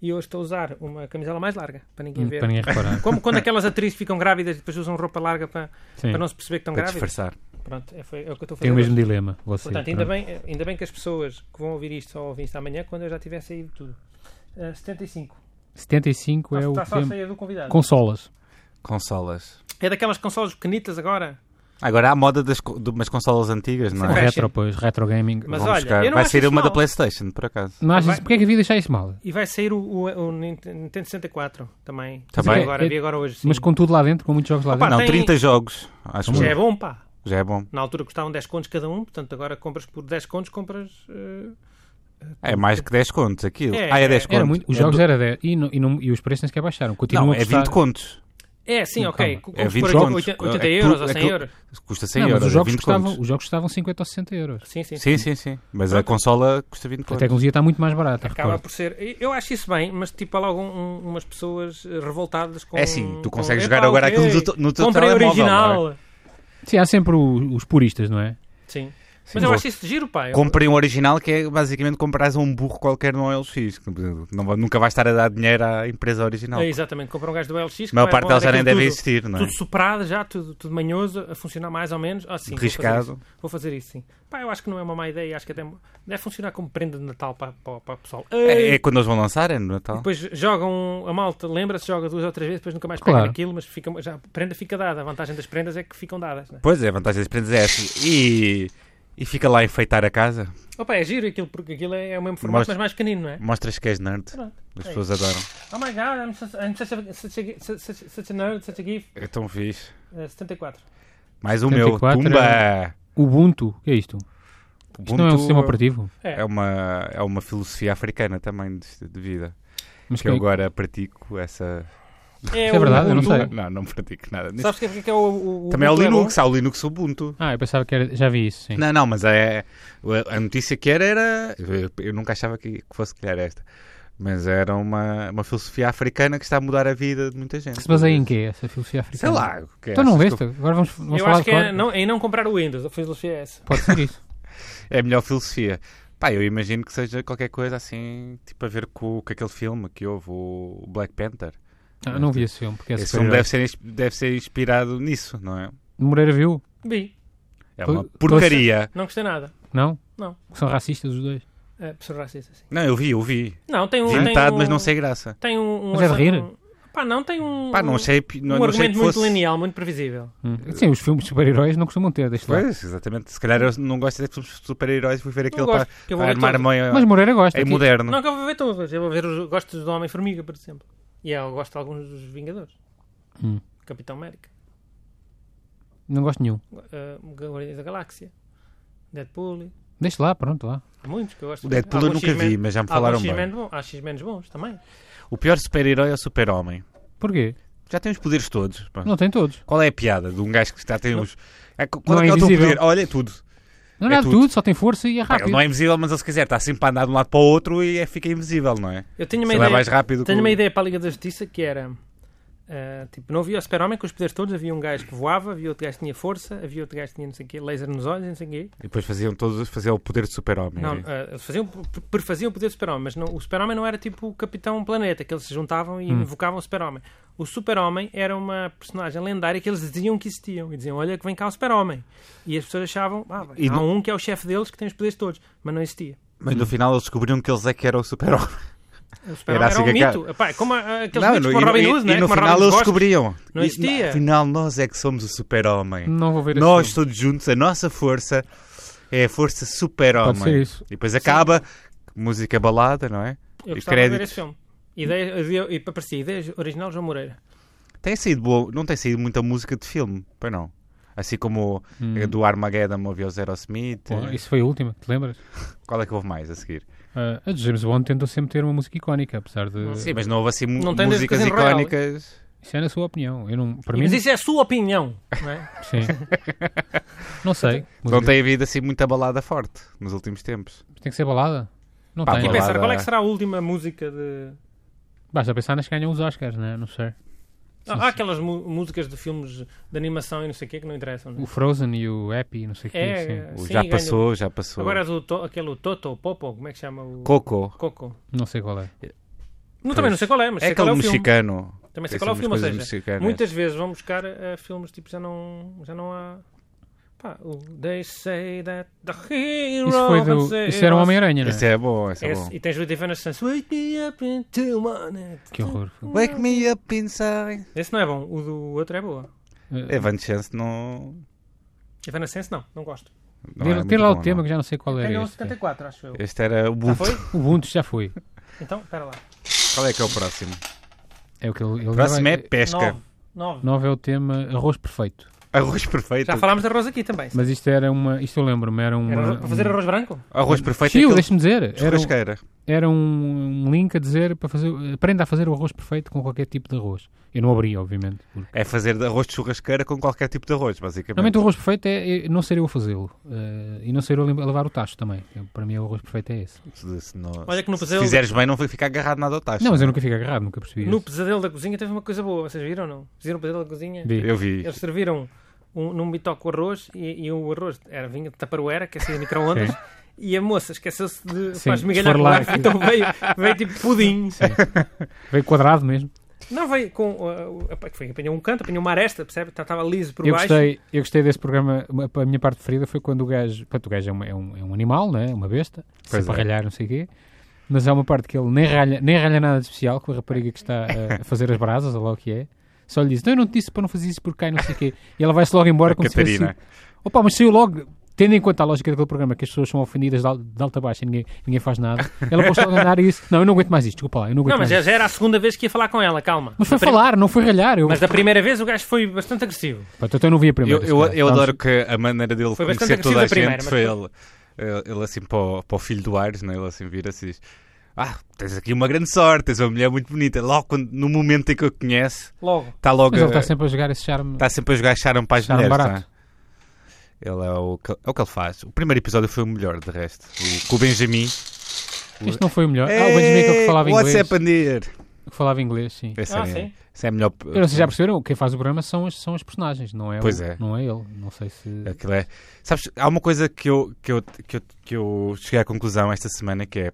e hoje estou a usar uma camisola mais larga, para ninguém Hum, ver. Para ninguém reparar. Como quando aquelas atrizes ficam grávidas e depois usam roupa larga para, Sim. para não se perceber que estão Para grávidas. disfarçar. Pronto, é, foi, é o que eu estou a fazer. Tem o hoje. mesmo dilema. Você. Portanto, ainda pronto. bem, ainda bem que as pessoas que vão ouvir isto só ouvem isto amanhã, quando eu já tiver saído tudo. Ah, 75. 75 é o está tá só a tempo. saída do convidado. Consolas. Consolas. É daquelas consolas pequenitas agora. Agora há a moda das, co- de umas consolas antigas, não Sim. é? Retro, pois. Retro gaming. Mas Vão olha, buscar. eu não Vai acho sair isso uma da mal. PlayStation, por acaso. Não achas, Vai- Porquê é que havia deixar isso mal? E vai sair o, o, o Nint- Nintendo 64 também. Também? Vi agora, É- vi agora hoje. Sim. Mas com tudo lá dentro, com muitos jogos lá Opa, não, dentro. tem- 30 jogos. Acho que Já é bom, pá. já é bom. Na altura custavam 10 contos cada um, portanto agora compras por 10 contos, compras. eh, É mais que 10 contos aquilo. É, ah, é 10 é- contos. Era muito, os É jogos do- eram 10 e, não- e não- e os preços nem sequer baixaram. Continuam Não, a é custar. 20 contos. É, sim, Não, ok. calma. cu- É Vamos 20 pôr contos. 80, É 80 tudo- euros ou é 100 tudo- euros. Custa 100 Não, mas euros. os é jogos, 20 custavam, contos. os jogos custavam 50 ou 60 euros. Sim, sim. Sim, sim, sim. Mas a consola custa 20 A contos. tecnologia está muito mais barata. Acaba recordo. por ser. eu- Eu acho isso bem, mas tipo, há logo um- um- umas pessoas eh, revoltadas com. É assim, tu com- consegues Epá, jogar agora ok, aquilo no teu- no teu Comprei telemóvel, original. não é? Sim, há sempre o- os puristas, não é? Sim. Sim, Mas eu vou- acho isso giro, pá. Eu- Comprei um original que é basicamente comprares um burro qualquer no OLX. que Não, vai- nunca vais estar a dar dinheiro à empresa original. É, exatamente, comprei um gajo do LX. a que maior vai- parte bom, delas já nem daquilo deve tudo- existir, não é? Tudo superado já, tudo, tudo manhoso, a funcionar mais ou menos. Ah, sim, vou fazer Riscado. isso. Vou fazer isso, sim. Pá, eu acho que não é uma má ideia, acho que até deve funcionar como prenda de Natal para, para, para o pessoal. É, é quando eles vão lançar, é no Natal. Depois jogam a malta, lembra-se, joga duas ou três vezes, depois nunca mais Claro. pega aquilo, mas fica, já, a prenda fica dada. A vantagem das prendas é que ficam dadas. Né? Pois é, a vantagem das prendas é essa. E, e fica lá a enfeitar a casa. Opa, é giro aquilo, porque aquilo é, é o mesmo formato, Mostra- mas mais pequenino, não é? Mostras que és nerd. Pronto. As É pessoas adoram. Oh my god, I'm such, I'm such, a, such, a, such, such- such a nerd, such a gif. É tão fixe. Eh, 74. Mais o meu. 74 Pumba! Ubuntu, o que é isto? Isto não é um Ubuntu sistema operativo. É. É uma, é uma filosofia africana também de, de vida. Mas Que eu agora pratico essa. É, Isso é verdade, eu não Ubuntu. sei. Não, não pratico nada. nisso. Sabes o que é- o que é, que é o, o- o Também há o Ubuntu bom? Linux, há o Linux Ubuntu. Ah, eu pensava que era... já vi isso, sim. Não, não, mas é, a notícia que era era. Eu, eu nunca achava que, que fosse calhar esta. Mas era uma, uma filosofia africana que está a mudar a vida de muita gente. Que se baseia em quê, essa filosofia Sei africana? lá. o que é, Então não achas vês? que Agora vamos, vamos Eu falar acho que de é cor. não, em não comprar o Windows, a filosofia é essa. Pode ser isso. É a melhor filosofia. Pá, eu imagino que seja qualquer coisa assim, tipo a ver com, com aquele filme que houve, o Black Panther. Ah, não vi esse filme, porque é Esse filme super-herói. deve ser, ins- deve ser inspirado nisso, não é? Moreira viu? Vi, É uma Tô- tô porcaria. não gostei nada. Não? Não. Que são racistas os dois. É, pessoa racista, sim. Não, eu vi, eu vi. Não, tem um. Vi tem metade, um- mas não sei graça. Tem um. um Mas é de rir? um- Pá, não, tem um. Pá, não um- achei. pi- Não, Um não achei argumento que muito fosse... lineal, muito previsível. Hum. Sim, os filmes de super-heróis não costumam ter, deixa lá. Pois, exatamente. Se calhar eu não gosto de filmes de super-heróis, fui ver aquele para, gosto, que eu vou para ver armar a todos. mãe. Mas Moreira gosta. É Aqui- moderno. Não, que eu vou ver todas. Eu vou ver os gostos do Homem-Formiga, por exemplo. E eu gosto de alguns dos Vingadores. Hum. Capitão América. Não gosto nenhum. eh, Guardiões da Galáxia. Deadpool. Deixa lá, pronto, lá. Há muitos que eu gosto. O Deadpool eu Alguns nunca X-Men- vi, mas já me alguns falaram X-Men bem. bom- Há X-Men bons também. O pior super-herói é o super-homem. Porquê? Já tem os poderes todos. pá. Não tem todos. Qual é a piada de um gajo que está a ter Não- os. É, qual Não é, é que é o teu invisível. poder? Olha, é tudo. Não É é nada de tudo. tudo, só tem força e é Pá, ele rápido. não é invisível, mas ele se quiser, está sempre a andar de um lado para o outro e é- fica invisível, não é? Eu tenho Se uma ele é ideia. mais rápido Tenho que o- uma ideia para a Liga da Justiça que era. eh, tipo, não havia o super-homem com os poderes todos. Havia um gajo que voava, havia outro gajo que tinha força, havia outro gajo que tinha não sei o quê, laser nos olhos, não sei o quê. E depois faziam todos fazer o poder de super-homem. é? Não, era isso. eh, eles faziam, per- perfaziam o poder do super-homem, mas não, o super-homem não era tipo o Capitão Planeta, que eles se juntavam Hum. e invocavam o super-homem. O super-homem era uma personagem lendária que eles diziam que existiam. E diziam, olha que vem cá o super-homem. E as pessoas achavam, ah, E há não- um que é o chefe deles que tem os poderes todos, mas não existia. Mas no final eles descobriram que eles é que eram o super-homem. O Superman era, assim um que mito. Epá, como ah, aqueles mitos com e, Robin Hood, e, né? e no Como a final eles Robin Hood gosta. descobriam. Não E- existia. Hum. No final nós é que somos o super-homem. Não vou ver esse Nós filme. todos juntos, a nossa força é a força Pode ser super-homem. isso. E depois acaba, música balada, não é? Eu E gostava de ver créditos. esse filme. Ideias, e parecia ideias original João Moreira. Tem saído boa, não tem saído muita música de filme, pois não. Assim como Hum. a do Armageddon houve o Zero Smith. Pô, isso foi a última, te lembras? Qual é que houve mais a seguir? Ah, a de James Bond tentam sempre ter uma música icónica, apesar de. Sim, mas não houve assim mu- Não tem músicas Desde Casino Royale. icónicas. Isso é na sua opinião. Eu não, para mim, Mas isso é a sua opinião, não é? sim. não sei. Não Música- tem havido assim muita balada forte nos últimos tempos. Tem que ser balada? Não Pá, tem. E balada. pensar, qual é que será a última música de... Basta pensar nas que ganham os Oscars, né? não sei. Não, Sim, há sim. aquelas mu- músicas de filmes de animação e não sei o que que não interessam. Não O Frozen e o Happy, não sei o que. é? O sim, já ganha- passou, já passou. Agora é do to, aquele o Toto, o Popo, como é que chama? O Coco. Coco. Não sei qual é. Não, também não sei qual é, mas É sei qual aquele é o filme. mexicano. Também sei Tem qual é o umas filme, ou coisas seja, mexicanas. muitas vezes vão buscar eh, filmes tipo já não, já não há. Pá, o They Say That the Hero Isso foi do. Isso era um o Homem-Aranha, não Esse é? é bom, esse é bom. E tens o Defender Sense. Wake me up in two minutes. Que horror. Wake me up inside. Esse não é bom, o do outro é boa. Ah, Evan Chance não. Defender Sense não, não gosto. não Deve é ter muito lá bom, o tema não. que já não sei qual Pega era. o Este. 74, acho É eu. Este era o Já Buff. foi? O Bundes já foi. Então, espera lá. Qual é que é o próximo? É o que ele. ele O próximo é vai- pesca. 9. 9. 9 é o tema Arroz Perfeito. Arroz perfeito. Já falámos de arroz aqui também. Mas isto era uma. Isto eu lembro-me. Era uma. Era para fazer um- arroz branco? Arroz perfeito é Tio, aquele deixa-me dizer. Era, um- churrasqueira. era um, um link a dizer para fazer. Aprenda a fazer o arroz perfeito com qualquer tipo de arroz. Eu não abri, obviamente. porque- É fazer de arroz de churrasqueira com qualquer tipo de arroz, basicamente. Realmente o arroz perfeito é, é não ser eu a fazê-lo. eh, e não ser eu a lim- a levar o tacho também. Eu- para mim o arroz perfeito é esse. Se, se não- Olha que no se pesadelo, fizeres bem, não vai ficar agarrado nada ao tacho. Não, mas eu nunca fico agarrado, nunca percebi no isso. pesadelo da cozinha teve uma coisa boa. Vocês viram ou não? Vocês viram o pesadelo da cozinha? Vi. Eu vi. Eles serviram um, num bitoque o arroz e, e o arroz era, vinha de taparoeira, que assim, micro-ondas. Sim. E a moça esqueceu-se de Sim, faz se migalhar for com o lá, garfo, então veio, veio tipo pudim. Veio quadrado mesmo. Não, veio com. Uh, epá, que foi, apanhou um canto, apanhou uma aresta, percebe? Estava liso por Eu baixo. gostei, eu gostei desse programa. Uma- A minha parte preferida foi quando o gajo. Pronto, o gajo é um, é um, é um animal, né? uma besta, Pois sempre a é. ralhar, não sei o quê. Mas há uma parte que ele nem ralha, nem ralha nada de especial com a rapariga que está eh, a fazer as brasas, ou lá o que é. Só lhe diz: Não, eu não te disse para não fazer isso por cá, e não sei o quê. E ela vai-se logo embora A como se Catarina. fosse. Opa, mas saiu logo. Tendo em conta a lógica daquele programa, que as pessoas são ofendidas de al- de alta a baixa e ninguém, ninguém faz nada, ela pôs logo a andar e disse: Não, eu não aguento mais isto, desculpa lá, eu não aguento Não, mais mas é já, isto. já era a segunda vez que ia falar com ela, calma. Mas foi Da prim- falar, não foi ralhar. Eu, Mas da primeira vez o gajo foi bastante agressivo. Pronto, então eu não vi a Eu, primeira. se eu, calhar. eu Vamos- adoro que a maneira dele Foi conhecer bastante toda a gente agressivo a primeira, foi mas ele, ele. ele assim para o, para o filho do Aires, né? ele assim vira-se e diz: Ah, tens aqui uma grande sorte, tens uma mulher muito bonita. Logo quando- no momento em que a conhece, Logo. está logo. Mas ele a- está sempre a jogar esse charme. está sempre a jogar charme para as Charme mulheres, barato. tá? Ele é o, que, é o que ele faz. O primeiro episódio foi o melhor, de resto. O, com o Benjamin. Isto não foi o melhar. Ah, o Benjamin é aquele que falava inglês. WhatsApp Andir. Que falava inglês, sim. Esse Ah, é, sim. esse é a melhor. Eu não sei, já perceberam? Quem faz o programa são as, são as personagens, não é, Pois o- é. Não é ele. Não sei se. Aquilo é- Sabes, há uma coisa que eu, que, eu, que, eu, que eu cheguei à conclusão esta semana que é.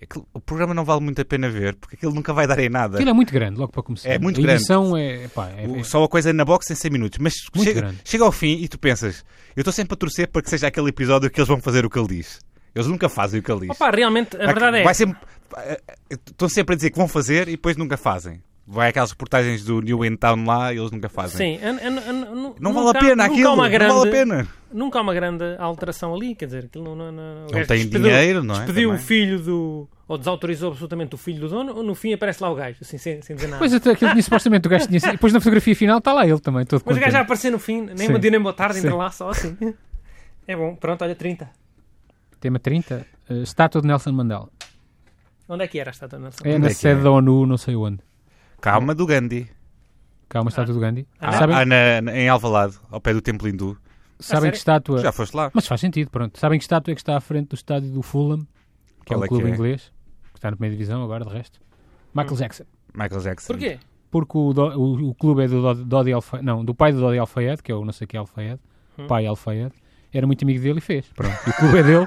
é que o programa não vale muito a pena ver porque aquilo nunca vai dar em nada. Aquilo é muito grande, logo para começar. É muito a grande. edição é. Pá, é, O- é- Só a coisa na box em 100 minutos. Mas Muito chega, grande. chega ao fim e tu pensas: eu estou sempre a torcer para que seja aquele episódio que eles vão fazer o que ele diz. Eles nunca fazem o que ele diz. Opa, realmente, a Vai- verdade é. vai sempre- eh, Estão sempre a dizer que vão fazer e depois nunca fazem. Vai aquelas reportagens do New In Town lá e eles nunca fazem. Sim, an- an- an- nu- Não nunca- vale a pena nunca aquilo. há uma grande, Não vale a pena. Nunca há uma grande alteração ali, quer dizer, aquilo não, não, não, o Não gajo tem despediu- dinheiro, não é? Despediu o Também. filho do. ou desautorizou absolutamente o filho do dono, ou no fim aparece lá o gajo, assim, sem, sem dizer nada. é. Pois até aquilo tinha supostamente o gajo tinha. Depois na fotografia final está lá ele também, todo Mas o gajo contente. já apareceu no fim, nem Sim. bom dia nem boa tarde, ainda Sim. lá só assim. É bom, pronto, olha, 30. Tema 30. eh, estátua de Nelson Mandela. Onde é que era a estátua? Nelson? É Onde na é que sede é? da ONU, não sei onde. Calma do Gandhi. Cá há uma estátua do Gandhi. Ah, sabem Ah, na- na- em Alvalade, ao pé do templo hindu. sabem sério? que estátua. Já foste lá? Mas faz sentido, pronto. Sabem que estátua é que está à frente do estádio do Fulham, que Qual é é um que clube é? inglês, que está na primeira divisão agora, de resto. Hum. Michael Jackson. Michael Jackson. Porquê? Porque o, do- o, o clube é do Dodi- Dodi Alfayed, não, do pai do Dodi Alfayed, que é o não sei que Alfayed, Hum. pai Alfayed, era muito amigo dele e fez. Pronto. E o clube é dele.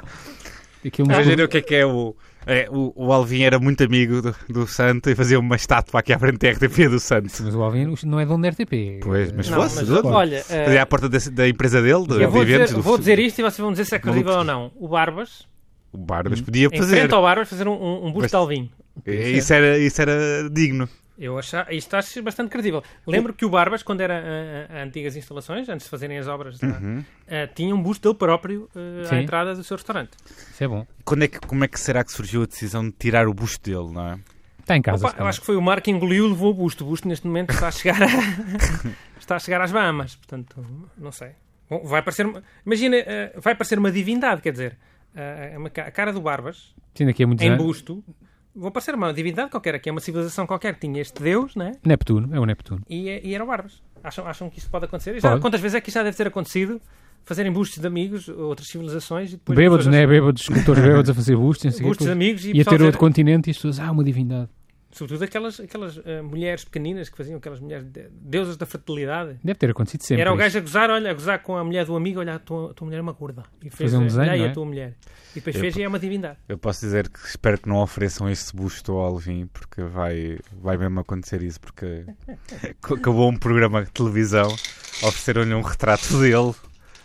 Aquilo no Imagina clube, o que é que é o. é, o, o Alvin era muito amigo do, do santo e fazia uma estátua aqui à frente da RTP do santo. mas o Alvin não é dono da RTP. Pois, mas Não, fosse, mas dono. olha, Fazia à eh, porta desse- da empresa dele, do, eu vou de eventos dizer, do vou dizer isto e vocês vão dizer se é credível ou não. O Barbas, o Barbas podia Em fazer. frente ao bar vais fazer um, um, um busto Mas- de Alvin. É, Isso era, isso era digno. Eu achava, isto acho bastante credível. Lembro que o Barbas, quando era eh, a, antigas instalações, antes de fazerem as obras, lá, ah, tinha um busto dele próprio ah, à Sim. entrada do seu restaurante. Isso é bom. Quando é que, como é que será que surgiu a decisão de tirar o busto dele, não é? Está em casa. Opa, se eu calhar. acho que foi o Marco que engoliu e levou o busto. O busto neste momento está a chegar, a... está a chegar às Bahamas. Portanto, não sei. Bom, vai parecer, uma- imagina, ah, vai parecer uma divindade, quer dizer, ah, é uma ca- a cara do Barbas Sim, daqui a muitos é em anos. busto. Vou parecer uma divindade qualquer aqui, é uma civilização qualquer que tinha este deus, né? Neptuno, é o Neptuno. E, é- e era o Barbas. Acham, acham que isso pode acontecer? Já- Pode. Quantas vezes é que isto já deve ter acontecido? Fazerem bustos de amigos, outras civilizações e depois. Bêbados, pessoas- né? Bêbados, escultores bêbados a fazer bustos, não sei o quê, Bustos de depois amigos e Ia pessoal ter dizer- outro continente e as pessoas, ah, uma divindade. Sobretudo aquelas, aquelas eh, mulheres pequeninas que faziam aquelas mulheres de- deusas da fertilidade. Deve ter acontecido sempre. era o isso. gajo a gozar, olha, a gozar com a mulher do amigo, olha, a tua, a tua mulher é uma gorda. E fez Fazer um eh, desenho, olha aí não é? a tua mulher. E depois Eu- fez e é uma divindade. Eu posso dizer que espero que não ofereçam esse busto ao Alvin, porque vai, vai mesmo acontecer isso, porque acabou um programa de televisão, ofereceram-lhe um retrato dele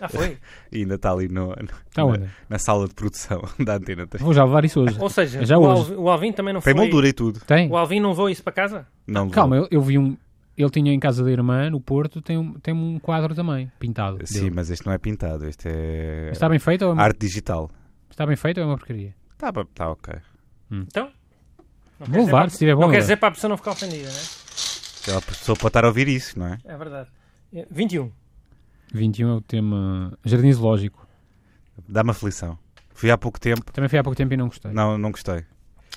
Ah, foi. e ainda está ali no, Está na, Tá onde? na sala de produção da antena. três. Vou já levar isso hoje. Ou seja, Já o, hoje. Alvin, o Alvin também não Tem foi. moldura e tudo. Tem? O Alvin não voou isso para casa? Não levou. Ah, Calma, eu, eu vi um. Ele tinha em casa da irmã, no Porto, tem um, tem um quadro também, pintado. dele. Sim, Ah. mas este não é pintado, este é Mas Está bem feito ou é uma, arte digital. está bem feito ou é uma porcaria? Está tá ok. Então. Não quer Vou dizer levar, para- se estiver bom. Não eu quer levo. dizer para a pessoa não ficar ofendida, né? A pessoa pode estar a ouvir isso, não é? É verdade. Eh, 21. 21 é o tema Jardim Zoológico. Dá-me aflição. Fui há pouco tempo, Também fui há pouco tempo e não gostei. Não, não, não gostei.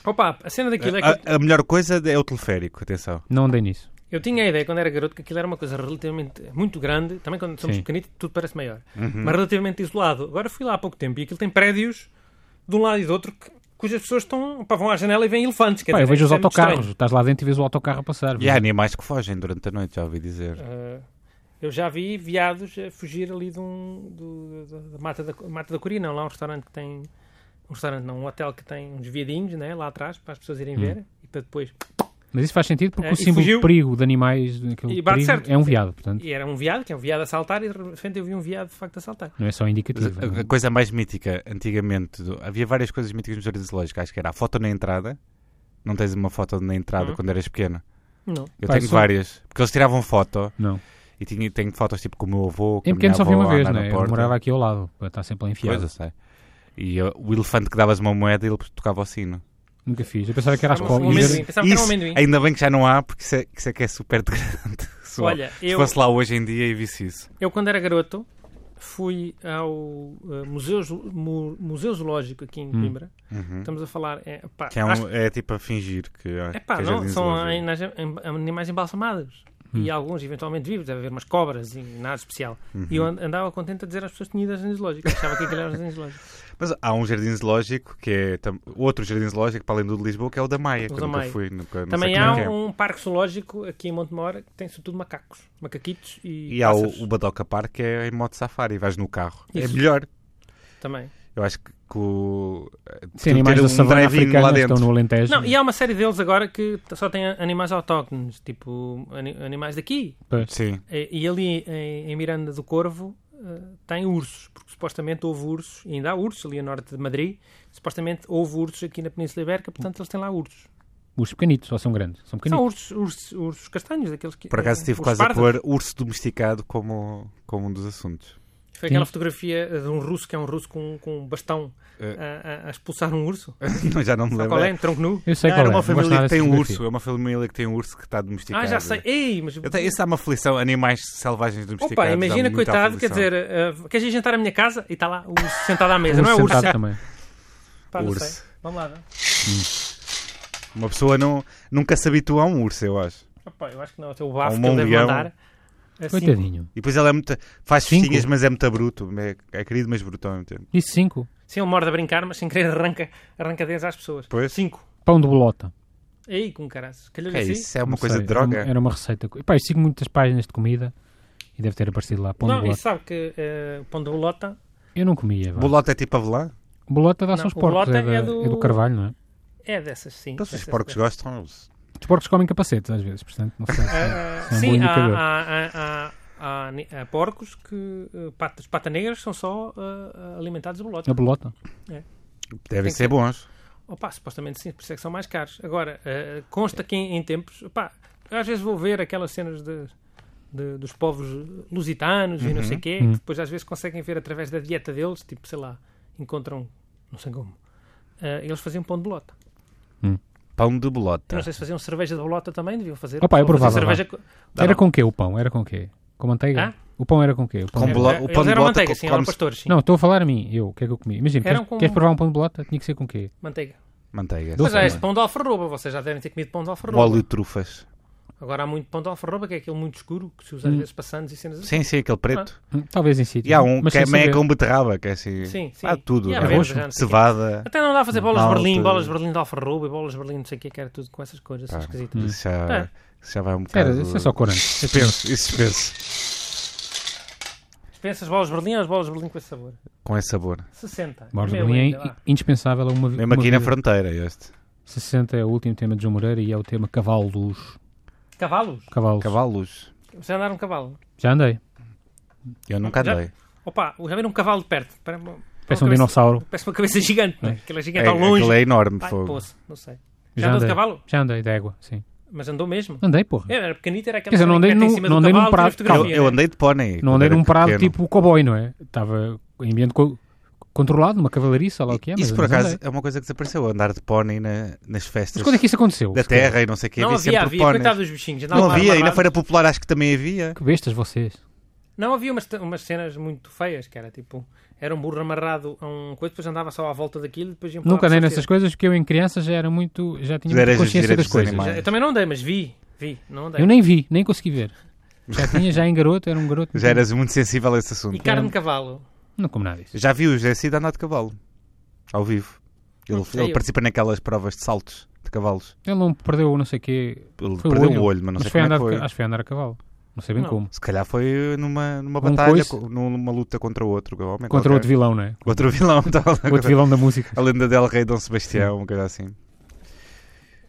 Opa, a cena daquilo é ah, que. A, a melhor coisa é o teleférico, atenção. andei nisso. Eu tinha a ideia quando era garoto que aquilo era uma coisa relativamente muito grande, também quando somos Sim. Uhum. pequenitos tudo parece maior, mas relativamente isolado. Agora fui lá há pouco tempo e aquilo tem prédios de um lado e do outro que- cujas pessoas estão, pá, vão à janela e vêm elefantes. quer Pá, dizer, eu vejo os isso é muito autocarros. estranho. Estás lá dentro e vês o autocarro a passar. E há animais que fogem durante a noite, já ouvi dizer. Eh, eu já vi viados a fugir ali de um, do- da- da Mata da, Mata da Coria, não, lá um restaurante que tem, um restaurante não, um hotel que tem uns viadinhos, né, lá atrás, para as pessoas Hum. irem ver e para depois... Mas isso faz sentido porque É, o e símbolo fugiu. de perigo de animais daquele E bate perigo certo. é um viado, portanto. E era um viado, que é um viado a saltar e de repente eu vi um viado de facto a saltar. Não é só indicativo. A, a coisa mais mítica, antigamente, do- havia várias coisas míticas no Jardim Zoológico. Acho que era a foto na entrada. Não tens uma foto na entrada Uhum. quando eras pequena? Não. Eu Pá, tenho só- várias. Porque eles tiravam foto Não. e tinha, tenho fotos tipo com o meu avô. Com Em a minha pequeno só vi avó uma a vez, andar né? na Eu porta. morava aqui ao lado, para estar sempre lá Pois, enfiado. eu sei. E eu- o elefante que davas uma moeda e ele tocava o sino. Nunca fiz. Eu pensava que era às Um cobras. amendoim. Isso- Pensava que era um isso- amendoim. Ainda bem que já não há, porque isso é, isso é que é super degradante. Se Olha, se eu- fosse lá hoje em dia e visse isso. Eu, quando era garoto, fui ao eh, museu, Zo- Mu- Museu Zoológico aqui em Coimbra. Estamos a falar. Hum. É, pá, Que é, um- acho- é tipo a fingir que. é pá, que é não, Jardim são Zoológico. animais, em- animais embalsamados. E alguns eventualmente vivos, deve haver umas cobras e nada especial. E eu an- andava contente a dizer às pessoas que tinha ido ao jardim zoológico. Eu Achava que aquilo era um jardim zoológico. Mas há um jardim zoológico que é tam- outro jardim zoológico para além do de Lisboa, que é o da Maia, que O eu da nunca Maia. fui, nunca não Também sei como há é que é. um parque zoológico aqui em Montemor que tem sobretudo macacos, macaquitos e, E há pássaros. o, o Badoca Park que é em moto safari, vais no carro. Isso. É melhor. Também. Eu acho que, que o tu Sim, animais ter da um savana drive-in lá africana que dentro. estão no Alentejo. Não, e há uma série deles agora que t- só tem a- animais autóctones, tipo ani- animais daqui, Pois. Sim. E e ali em, em Miranda do Corvo eh, tem ursos, porque supostamente houve ursos, e ainda há ursos ali a norte de Madrid, supostamente houve ursos aqui na Península Ibérica, portanto eles têm lá ursos. Os pequenitos, só são grandes. São São pequenitos. ursos, ursos, ursos castanhos, daqueles que. Por acaso eh, estive os quase pardos. a pôr urso domesticado como, como um dos assuntos. Foi aquela Sim. fotografia eh, de um russo, que é um russo com, com um bastão Eh. a, a- a expulsar um urso. Não, já não me Sabe lembro. qual é? Em tronco nu. Eu sei Ah, qual era é. uma não gosto nada família que tem dessa um fotografia. urso. É uma família que tem um urso que está domesticado. Ah, já sei. Ei, mas. Eu tenho- isso dá uma aflição. Animais selvagens domesticados. Opa, dá-me imagina, muita coitado, quer aflição. dizer, eh, queres ir jantar à minha casa? E está lá o urso sentado à mesa. Um não é urso urso, sentado é também. Pá, não Urso. sei. Vamos lá. não? Uma pessoa não, nunca se habitua a um urso, eu acho. Opa, eu acho que não. O teu bafo Um que ele deve mongueão. mandar. assim, Coitadinho. E depois ele é muito. Faz Cinco. festinhas, mas é muito bruto. É, é querido, mas bruto ao mesmo tempo. Disse 5. Sim, ele morde a brincar, mas sem querer arranca, arranca dedos às pessoas. Pois. Cinco. Pão de bolota. Ei, com caras. Calhar Que é assim. isso? É uma Não coisa sei, de droga? Era uma, era uma receita. E, Pá, eu sigo muitas páginas de comida e deve ter aparecido lá. Pão de Não, e bolota. sabe que eh, o pão de bolota. Eu não comia. vá. Bolota é tipo avelã? Bolota dá-se Não, aos o porcos. bolota É, da- é é do- do... carvalho, não é? É dessas, sim. Então, se os dessas- porcos gostam. Os porcos comem capacetes às vezes, portanto, não sei. se- Ah, ah, É um bom sim, há, indicador. há- há- há- há ni- há eh, porcos que. eh, patas, pata negras são só ah, ah, alimentados de bolota. A bolota. Devem que ser bons. Opa, supostamente sim, por isso é que são mais caros. Agora, eh, consta que em, em tempos. Opá, eu às vezes vou ver aquelas cenas de, de- dos povos lusitanos e não sei o quê, Uhum. que depois às vezes conseguem ver através da dieta deles, tipo, sei lá, encontram. Não sei como. eh, eles faziam pão de bolota. Pão de Eu bolota. Não sei se faziam cerveja de bolota também, deviam fazer. Opa, eu Ou fazer provava, cerveja co- Dá Era não. com quê o pão? Era com quê? Com manteiga? Hã? O pão era com quê? O pão Com era- bolo- Era- o pão eles de eram bolota manteiga, sim, eram come-se- pastores, sim. Não, estou a falar a mim. Eu, o que é que eu comi? Imagina, Eram queres, com- queres provar um pão de bolota? Tinha que ser com quê? Manteiga. Manteiga. Doce. Mas é, há Sim. este pão de alfarroba, vocês já devem ter comido pão de alfarroba. Óleo de trufas. Agora há muito pão de alfarroba, que é aquele muito escuro, que se usa às vezes passantes e cenas assim. Sim, sim, aquele preto. Hum, Talvez em sítio. E há um mas que sem é meio saber. com beterraba, que é assim. Sim, sim. Há tudo. E há não é? arroz, já não sei o quê. Cevada. Até não dá a fazer bolas Malta. de Berlim, bolas de Berlim de alfarroba e bolas de Berlim não sei o que, que era tudo com essas coisas Pá, essas esquisitas. Hum. Isso já, É. isso já vai um bocado. Era, isso é só corante. Dispenso, isso é dispenso. Pensa as bolas de Berlim ou as bolas de Berlim com esse sabor? Com esse sabor. 60. Borges de Meu, Berlim ainda é lá. indispensável a uma vi- Mesmo uma aqui na vida. fronteira, este. 60 é o último tema de João Moreira e é o tema Cavalo Luz. Cavalos? Cavalo. Cavalos. Vocês andaram de cavalo? Já andei. Eu nunca Já- andei. Opa, já viram um cavalo de perto? Parece uma, Parece um cabeça- dinossauro. Parece uma cabeça gigante, não é? Aquilo é É, gigante ao longe. aquilo é enorme, Ai, fogo. poça, não sei. Já, Já andou andei. de cavalo? É. Já andei de égua, sim. Mas andou mesmo? Andei, porra. Era pequenito, era aquela Quer dizer, não cena que andei mete em num- cima não do andei num cavalo, tira prado. Eu, fotografia, eu né? andei de pônei. Não quando andei era num prado pequeno. tipo cowboy, não é? Estava em ambiente co- controlado, uma cavalariça, sei lá o que é. mas- Isso por mas acaso andei. é uma coisa que desapareceu. Andar de pônei na- nas festas Mas quando é que isso aconteceu? da Se calhar? terra e não sei o que. Não havia havia, sempre havia, póneis. coitado dos bichinhos. Não andavam havia. E na amarrados. Feira Popular acho que também havia. Que bestas vocês. Não, havia umas, umas cenas muito feias, que era tipo, era um burro amarrado a um coisa, depois andava só à volta daquilo e depois iam Nunca andei nem nessas coisas porque eu em criança já era muito. já tinha Já muita eras os consciência direitos das dos coisas. animais. Eu também não andei, mas vi, vi, não andei. Eu nem vi, nem consegui ver. Já tinha, já em garoto, era um garoto. Já eras muito sensível a esse E assunto. carne de cavalo. Não como nada disso. Já vi o José Cid andar de cavalo. Ao vivo. Ele, Não sei ele eu. participa naquelas provas de saltos de cavalos. Ele não perdeu o não sei quê. Ele Foi perdeu o olho, mas não sei foi como é que andar, foi. de ca- Acho que foi andar a cavalo. Não sei bem Não. como. Se calhar foi numa, numa Com um batalha, coice? co- numa luta contra outro. Homem, Contra outro vilão, não é? outro vilão. estava lá. Outro vilão da música. A lenda del rei Dom Sebastião, uma coisa assim.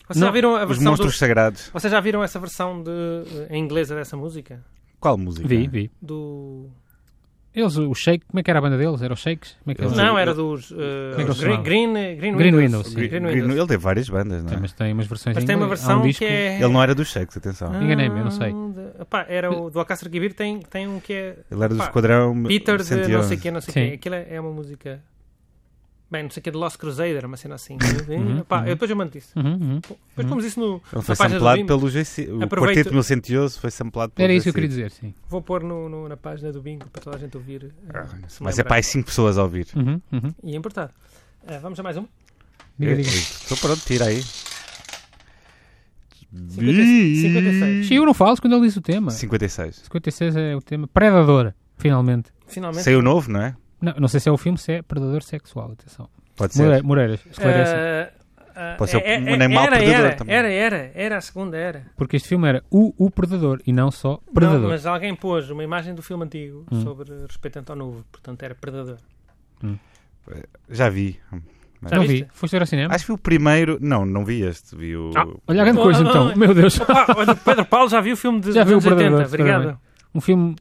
Vocês já Não, viram a Os versão monstros do- sagrados. Vocês já viram essa versão de eh, em inglesa dessa música? Qual música? Vi, vi. Do Eles, o Shake, como é que era a banda deles? Era o Shakes? Como é que Eles- eles- Não, era dos eh, Como é que eles Green, chamavam? Green, Green Green Windows. Windows, sim. Gre- Green Gre- Windows. Ele teve várias bandas, não é? Sim, mas tem umas versões Mas em tem uma inglês. Há versão um disco, que é Ele não era dos Shakes, atenção. Enganei-me, eu não sei. Epá, era o do Alcácer Guibir tem tem um que é Ele era do Pá, Esquadrão Peter de 111. não sei o que, não sei o Sim. que. Aquilo é é uma música. Bem, não sei o que, de Lost Crusader, uma cena assim. Uhum, Pá, uhum. eu depois eu mando isso. Uhum, uhum. Depois pomos isso no, Ele na foi página do samplado BIM. pelo GC. O Aproveito- Quarteto 1111 foi samplado pelo Era isso que eu GC. queria dizer, sim. Vou pôr no, no- na página do Bingo para toda a gente ouvir. eh, se Mas é lembrar. para as 5 pessoas a ouvir. Uhum, uhum. E importar. Eh, vamos a mais um? Diga, Eu- diga. eu Estou então pronto, tira aí. 56. Sim, eu não falo quando ele diz o tema. 56. 56 é o tema. Predador, finalmente. Finalmente. Saiu novo, não é? Não, não sei se é o filme, se é Predador Sexual. Atenção. Pode Moreira, ser. Moreiras, Ah, esclarece. Eh, eh, Pode ser eh, um eh, animal era, predador era, também. Era, era, era a segunda era. Porque este filme era o, o Predador e não só Predador. Não, mas alguém pôs uma imagem do filme antigo Hum. sobre respeitante ao novo, portanto era predador. Já vi. Já Não viste? vi. Foste ver ao cinema? Acho que foi o primeiro. Não, não vi este. Vi o. Ah, olha a grande coisa Não, então. não, não. Meu Deus. Opa, Ah, olha, o Pedro Paulo já viu o filme de Já viu o oh, anos 80, Predador, obrigado. Um filme,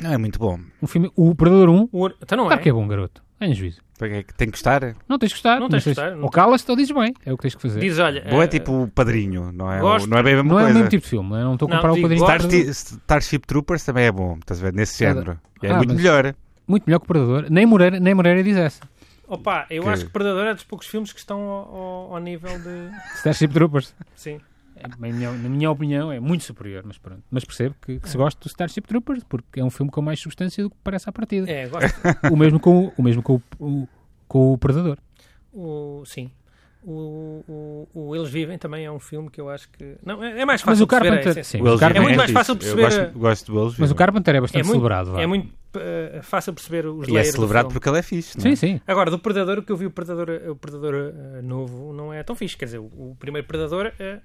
Não, é muito bom. um filme. O Predador 1. O or- Então não é? Claro que é bom, garoto. Tenha juízo. É que Tem que gostar. Não tens de gostar. Não tens de mas gostar, Ou não tens- calas-te ou dizes bem. É o que tens que fazer. Diz, olha. Bom é eh, tipo o padrinho, não é? Gosto. Não é bem a mesma não é o coisa. mesmo tipo de filme. né? Não estou a Não, comparar o digo, Padrinho gosto- com o Predador. Star- Starship Troopers também é bom, estás a ver? Nesse Era- género. E é Ah, muito mas- melhor. Muito melhor que o Predador. Nem Moreira, nem Moreira diz essa. Opa, eu Que- acho que Predador é dos poucos filmes que estão ao, ao- ao nível de. Starship Troopers. Sim. É, na minha- na minha opinião, é muito superior, mas pronto. Mas percebo que, que se gosta do Starship Troopers, porque é um filme com mais substância do que parece à partida. É, gosto. O mesmo com o, o mesmo com o, o- com o Predador. O, sim. O, o- o Eles Vivem também é um filme que eu acho que. Não, é, é mais Mas fácil o de perceber a Carpenter, essência. sim, O o Eles Carpenter- Vivem muito mais fixe. fácil de Eu perceber gosto, gosto do Eles mas o Vivem. Carpenter é bastante É muito, celebrado. vá. é muito eh, fácil perceber os E é layers do celebrado filme. porque ele é fixe, não é? Sim, sim. Agora, do Predador, o que eu vi o Predador, o Predador eh, novo não é tão fixe. Quer dizer, o, o primeiro Predador. eh,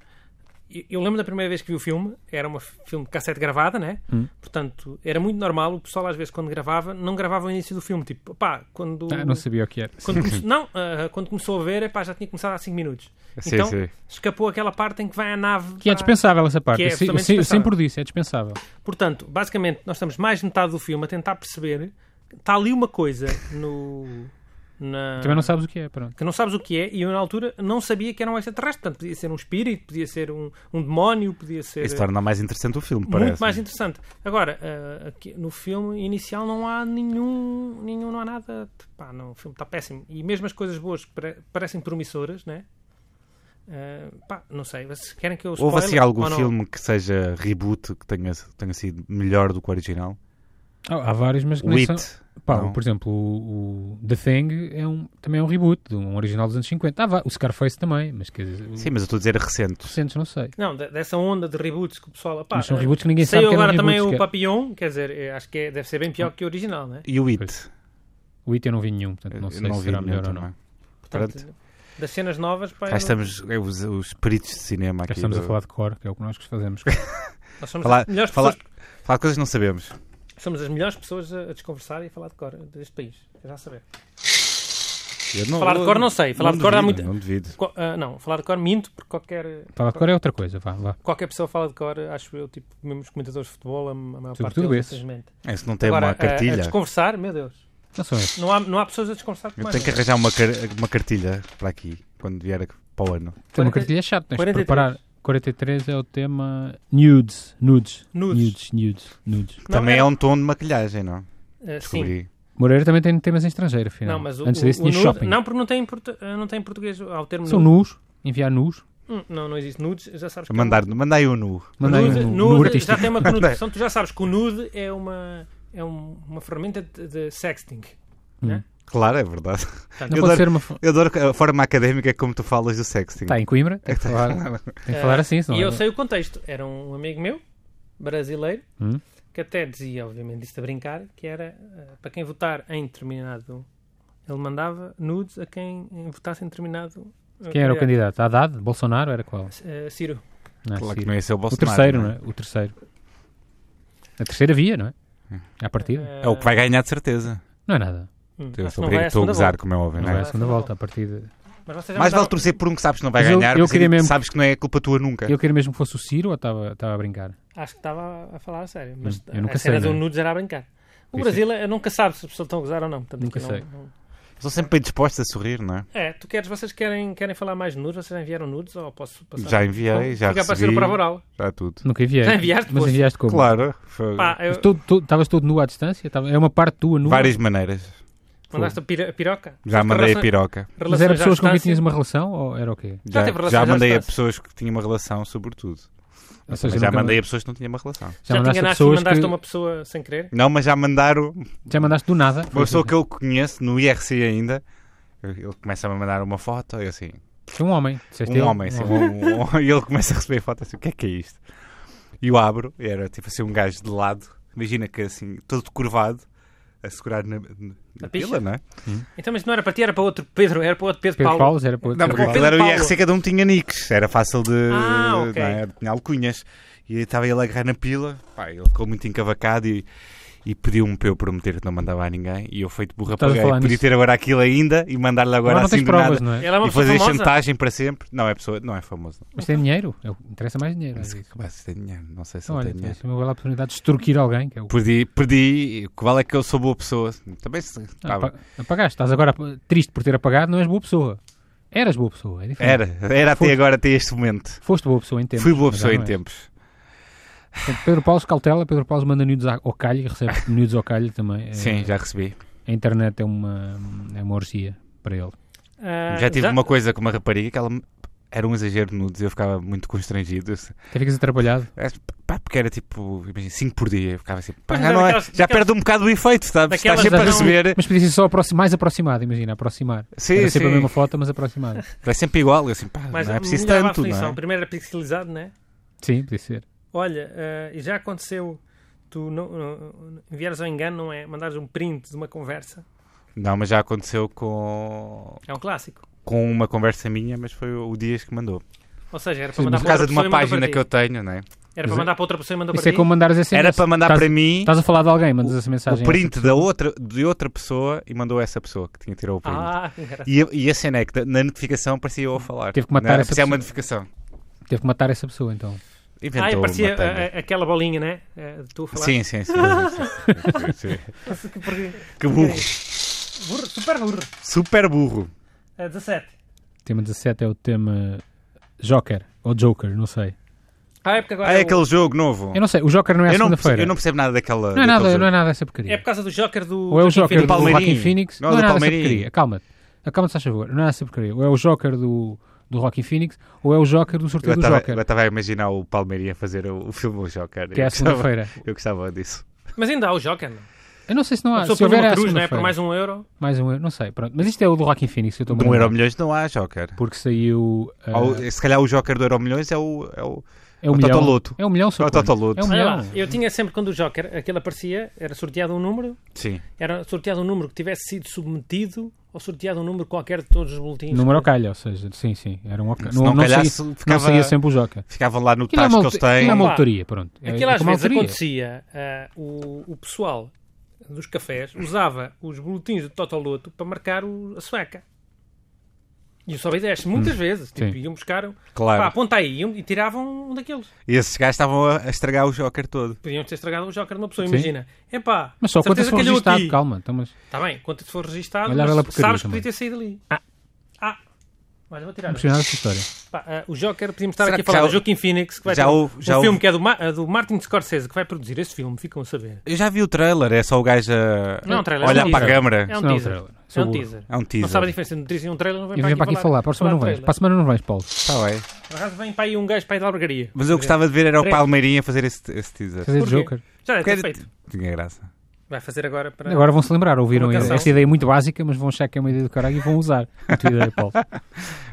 eu- eu lembro da primeira vez que vi o filme, era um filme de cassete gravada, né? Hum. Portanto, era muito normal. O pessoal, às vezes, quando gravava, não gravava o início do filme. Tipo, pá, quando. Ah, não sabia o que era. Quando come- Não, ah, quando começou a ver, epá, já tinha começado há 5 minutos. Sim, então, sim. escapou aquela parte em que vai a nave. Que é pá. dispensável essa parte. Que é Eu se- eu absolutamente se- eu dispensável. sempre o disse, é dispensável. Portanto, tá basicamente, nós estamos mais de metade do filme a tentar perceber. Está ali uma coisa no, na- Também não sabes o que é, pronto. que não sabes o que é, e eu na altura não sabia que era um extraterrestre. Portanto, podia ser um espírito, podia ser um, um demónio, podia ser eh, Isso torna É mais interessante o filme, muito parece. né? mais interessante. Agora, eh, aqui no filme inicial não há nenhum, nenhum não há nada. Pá, não, o filme está péssimo. E mesmo as coisas boas que pare- parecem promissoras, né? Eh, pá, não sei, vocês querem que eu Houve spoiler assim algum ou não? filme que seja reboot, que tenha, tenha sido melhor do que o original? Ah, há vários, mas que O nem It. são... Pá, Não. por exemplo, o, o The Thing é um, também é um reboot, de um original dos anos 50. Ah, vá, o Scarface também, mas quer dizer, os Sim, mas eu estou a dizer recente. recentes não sei. Não, de- dessa onda de reboots que o pessoal. Pá, mas são eh, reboots que ninguém sabe Saiu que eram agora também reboots, o que é- Papillon, quer dizer, eh, acho que é- deve ser bem pior que o original, né? E o It? O It eu não vi nenhum, portanto não Eu sei se será nenhum melhor ou não. também. Portanto, das cenas novas, pá, eu Cá não- estamos, é, os, os peritos de cinema Cá aqui. estamos a do- falar de cor, que é o que nós fazemos. nós somos falar- as melhores falar- pessoas falar de coisas que não sabemos. Somos as melhores pessoas a, a desconversar e a falar de cor deste país. Eu já saber. Eu não- Falar de eu- cor não sei, falar de cor dá duvido, muito- Não devido. Co- ah, não, falar de cor minto, porque qualquer, Falar de cor é outra coisa, vá, vá. qualquer pessoa fala de cor, acho eu, tipo, mesmo os comentadores de futebol, a, a maior parte Sobretudo deles, esses. infelizmente. É, se não tem Agora, uma a- A, cartilha. desconversar, meu Deus. Não são esses. Não há, não há pessoas a desconversar com eu tenho que arranjar uma, car- uma cartilha para aqui, quando vier a- para o ano. Tem uma 40 cartilha chata, tens de 43. preparar. 43 é o tema nudes, nudes, nudes, Nudes. nudes, nudes. Não, Também era- é um tom de maquilhagem, não? ah, sim. Descobri. Moreira também tem temas em estrangeiro, afinal. Não, mas o, Antes o- disso o tinha nude- shopping. Não, porque não tem, em portu- ah, não tem em português. Há o termo São nude. nus, enviar nus, Hum, não, não existe nudes, já sabes que é um- Mandar, mandai um nu. mandar nude, um nu, nude nu artístico. já tem uma conotação. tu já sabes que o nude é uma, é um- uma ferramenta de, de sexting. Claro, é verdade. Não Eu pode adoro- ser uma. f- Eu adoro a forma académica como tu falas do sexting. É Está em Coimbra, tem que Tá. falar, tem que Eh, falar assim, senão. E eu é- sei o contexto. Era um amigo meu, brasileiro, Hum. que até dizia, obviamente, isto a brincar, que era eh, para quem votar em determinado. Ele mandava nudes a quem votasse em determinado. eh, Quem era o candidato? Haddad? Bolsonaro? Era qual? Eh, Ciro. Não é, Claro que Ciro. não ia ser o o Bolsonaro. terceiro, não é? é? O terceiro. A terceira via, não é? À partida? Eh, É o que vai ganhar de certeza. Não é nada. hum, Eu sou acho que não vai obrigado- Estou à a segunda gozar, volta. como é óbvio, Não não vai é? à segunda volta, a partida. Mas vocês já Mais vale mandaram- torcer por um que sabes que não vai Mas eu- ganhar, eu mas queria mesmo- sabes que não é culpa tua nunca. Eu queria mesmo que fosse o Ciro ou estava estava a brincar? Acho que estava a falar a sério. Mas Hum, eu nunca a cena sei, do não é? nudes era a brincar. O Isso. Brasil eh, nunca sabe se as pessoas estão a gozar ou não. Portanto, Nunca aqui sei. Não, não- Estou sempre bem disposto a sorrir, não é? É, tu queres, vocês querem, querem falar mais de nudes? Vocês já enviaram nudes ou posso passar? Já enviei, já Fica a parecer recebi, o prova oral. já tudo. Nunca enviei. Já enviaste, Mas poxa. enviaste como? Claro, foi- Pá, eu- Mas todo- todo- Estavas todo nu à distância? Tava- É uma parte tua nua? várias maneiras. mandaste a, pira, a piroca? Já Tiveste mandei a relações- piroca. Mas eram relações à pessoas com quem distância? tinhas uma relação ou era o quê? Já Já, teve relações já à mandei a distância? pessoas que tinham uma relação, sobretudo. Ou Mas seja, já nunca- mandei a pessoas que não tinham uma relação. já Já te mandaste a enganaste e pessoas mandaste que... a uma pessoa sem querer? Não, mas já mandaram Já mandaste do nada? uma pessoa que eu conheço no IRC ainda. Ele começa a me mandar uma foto e assim, Foi Um homem. Uhum. Disseste um ele? homem, sim, um- um- e ele começa a receber foto assim, o que é que é isto? E eu abro, e era tipo assim um gajo de lado, imagina que assim, todo curvado, a segurar na, na, Na picha? pila, não é? Então, mas não era para ti, era para outro Pedro, era para outro Pedro, Pedro Paulo. Paulo, era para outro. Não, porque Pedro aquilo era o Paulo. IRC, cada um tinha nicks, era fácil de. Ah, ok. não é? Tinha alcunhas. E aí estava ele a agarrar na pila, pá, ele ficou muito encavacado e, e pediu-me para eu prometer que não mandava a ninguém. E eu feito burra Estás a paguei. falar Podia nisso? ter agora aquilo ainda e mandar-lhe agora Agora não assim tens do provas, nada. não é? Ela é uma E pessoa fazer famosa. chantagem para sempre. Não, é pessoa, não é famoso. Mas tem dinheiro. É o que Interessa mais dinheiro. às Mas, vezes. mas tem dinheiro, não sei se Então, não tem olha, dinheiro. tens uma bela oportunidade de extorquir alguém. Que é o... Perdi, perdi, que vale é que eu sou boa pessoa. Também se. Ah, tava- apa- Apagaste. Estás agora eh, triste por ter apagado, não és boa pessoa. Eras boa pessoa, é diferente. era, era até Foste. agora, até este momento. Foste boa pessoa em tempos. Fui boa mas pessoa já não em és. tempos. Portanto, Pedro Paulo se cautela, Pedro Paulo manda nudes à- ao calho e recebe nudes ao calho também. É, Sim, já recebi. A internet é uma, é uma orgia para ele. Ah, já tive uma coisa com uma rapariga que ela me- era um exagero de nudes e eu ficava muito constrangido. Eu se- Até ficas atrapalhado. é, Pá, porque era tipo, imagina, 5 por dia. Eu ficava assim, pá, Mas já, não é- daquelas- já daquelas- perde um bocado o efeito, sabes? Estás daquelas sempre a não- receber. Mas podia ser só aproxi- mais aproximado, imagina, aproximar. Sim, Era sempre a sim. mesma foto, mas aproximada. É sempre igual. Eu assim, pá, Mas não é preciso melhorava a tanto, aflição. não é? Primeiro era pixelizado, não é? Sim, podia ser. Olha, eh, e já aconteceu tu não, não- enviares ao engano, não é? Mandares um print de uma conversa. Não, mas já aconteceu com, É um clássico. com uma conversa minha, mas foi o Dias que mandou. Ou seja, era para Sim, mandar mas Por para outra causa de pessoa uma e mandou para página ti. que eu tenho, não é? Era para mandar para outra pessoa e mandou para Isso é ti. como mandar as SMS. Era para mandar Estás- para mim Estás a falar de alguém, mandas essa o mensagem. print da outra, de outra pessoa e mandou essa pessoa que tinha tirado o print. Ah, era E, a- e a cena é que da- na notificação parecia eu a falar. Teve que matar Não, essa parecia uma pessoa. notificação. Teve que matar essa pessoa, então. Inventou Ah, e parecia uma tanga. a- a- aquela bolinha, né? É, de tu a falar. Sim, sim, sim. sim, sim, sim, sim. Porque- que burro. Burro, super burro. Super burro. É 17. Tema 17 é o tema Joker, ou Joker, não sei. Ah, é porque agora Ah, é é o- aquele jogo novo. Eu não sei, o Joker não é a Eu não, percebo, segunda-feira. eu não percebo nada daquela. Não é daquele nada, jogo. não é nada essa é porcaria. por causa do Joker do. Ou é o do Joker do Infinity War. Joaquin Palmeirinho. Phoenix. Não, Não, é do nada essa Palmeirinho. porcaria. Calma-te. Acalma-te, se faz favor. Não é essa porcaria. Ou é o Joker do, do Joaquin Phoenix, ou é o Joker do sorteio Eu do estava- Joker, eu estava a imaginar o Palmeirinho a fazer o, o filme do Joker. que é eu, gostava, a segunda-feira. eu gostava disso. Mas ainda há o Joker. Não? Eu não sei se não há. Ah, a pessoa Se põe houver é uma a cruz, não é? segunda-feira. Por mais um euro. Mais um euro, não sei. Pronto. Mas isto é o do Joaquin Phoenix. Eu estou Do a lembrar. Um Euro Milhões não há Joker. Porque saiu. ah, Ou, se calhar o Joker do Euro Milhões é o. É o... é um o milhão. Totoloto. É um milhão, É o só. Totoloto. É um Olha lá, milhão. eu tinha sempre quando o Joker, aquele aparecia, era sorteado um número, Sim. era sorteado um número que tivesse sido submetido ou sorteado um número qualquer de todos os boletins. Número ao calha, ou seja, sim, sim. Era um ao calha. Se não calhasse, saía, ficava- não saía sempre o Joker. Ficavam lá no Aquilo é tacho uma, que eles auto- aquilo é têm. uma Opa. autoria, pronto. É- Aquilo é às como vezes autoria. acontecia, ah, o, o pessoal dos cafés usava os boletins do Totoloto para marcar o- a sueca. E o Sobe e desce, muitas vezes. Tipo, Hum. Sim. iam buscar, pá, Claro. aponta aí, iam- e tiravam um daqueles. E esses gajos estavam a a estragar o Joker todo. Podiam ter estragado o Joker de uma pessoa, Sim. imagina. Epá, Mas só quando certeza se for calhou registado, aqui. calma. Então, mas... Está bem, quanto se for registado, Olhava mas lá a porcaria sabes que também. podia ter saído ali. Ah. Ah. Olha, vou tirar. Impressionante essa história. Pá, ah, o Joker, podíamos estar Será aqui a que falar já do Joaquim Phoenix, que vai já ter um, houve- já um filme houve- que é do, Ma- ah, do Martin Scorsese, que vai produzir esse filme, ficam a saber. Eu já vi o trailer, é só o gajo a Não, trailer, é olhar um para a teaser. câmara. É um Isso não é um teaser. trailer. É Sou um burro. teaser. É um Não sabe a teason. diferença entre um teaser e um trailer, não vem E vem para aqui falar. Para a semana não vais. vez Para a semana não vais, Paulo. Está Tá bem. Por acaso vem para aí um gajo para ir da albergaria. Mas eu gostava de ver era o Três. Palmeirinha a fazer esse, esse teaser. Fazer Porquê? Joker. Já deve ter Porque- é feito. Tinha graça. Vai fazer agora para... Agora vão se lembrar, ouviram Uma canção. esta ideia muito básica, mas vão achar que é uma ideia do caralho e vão usar a tua ideia, Paulo.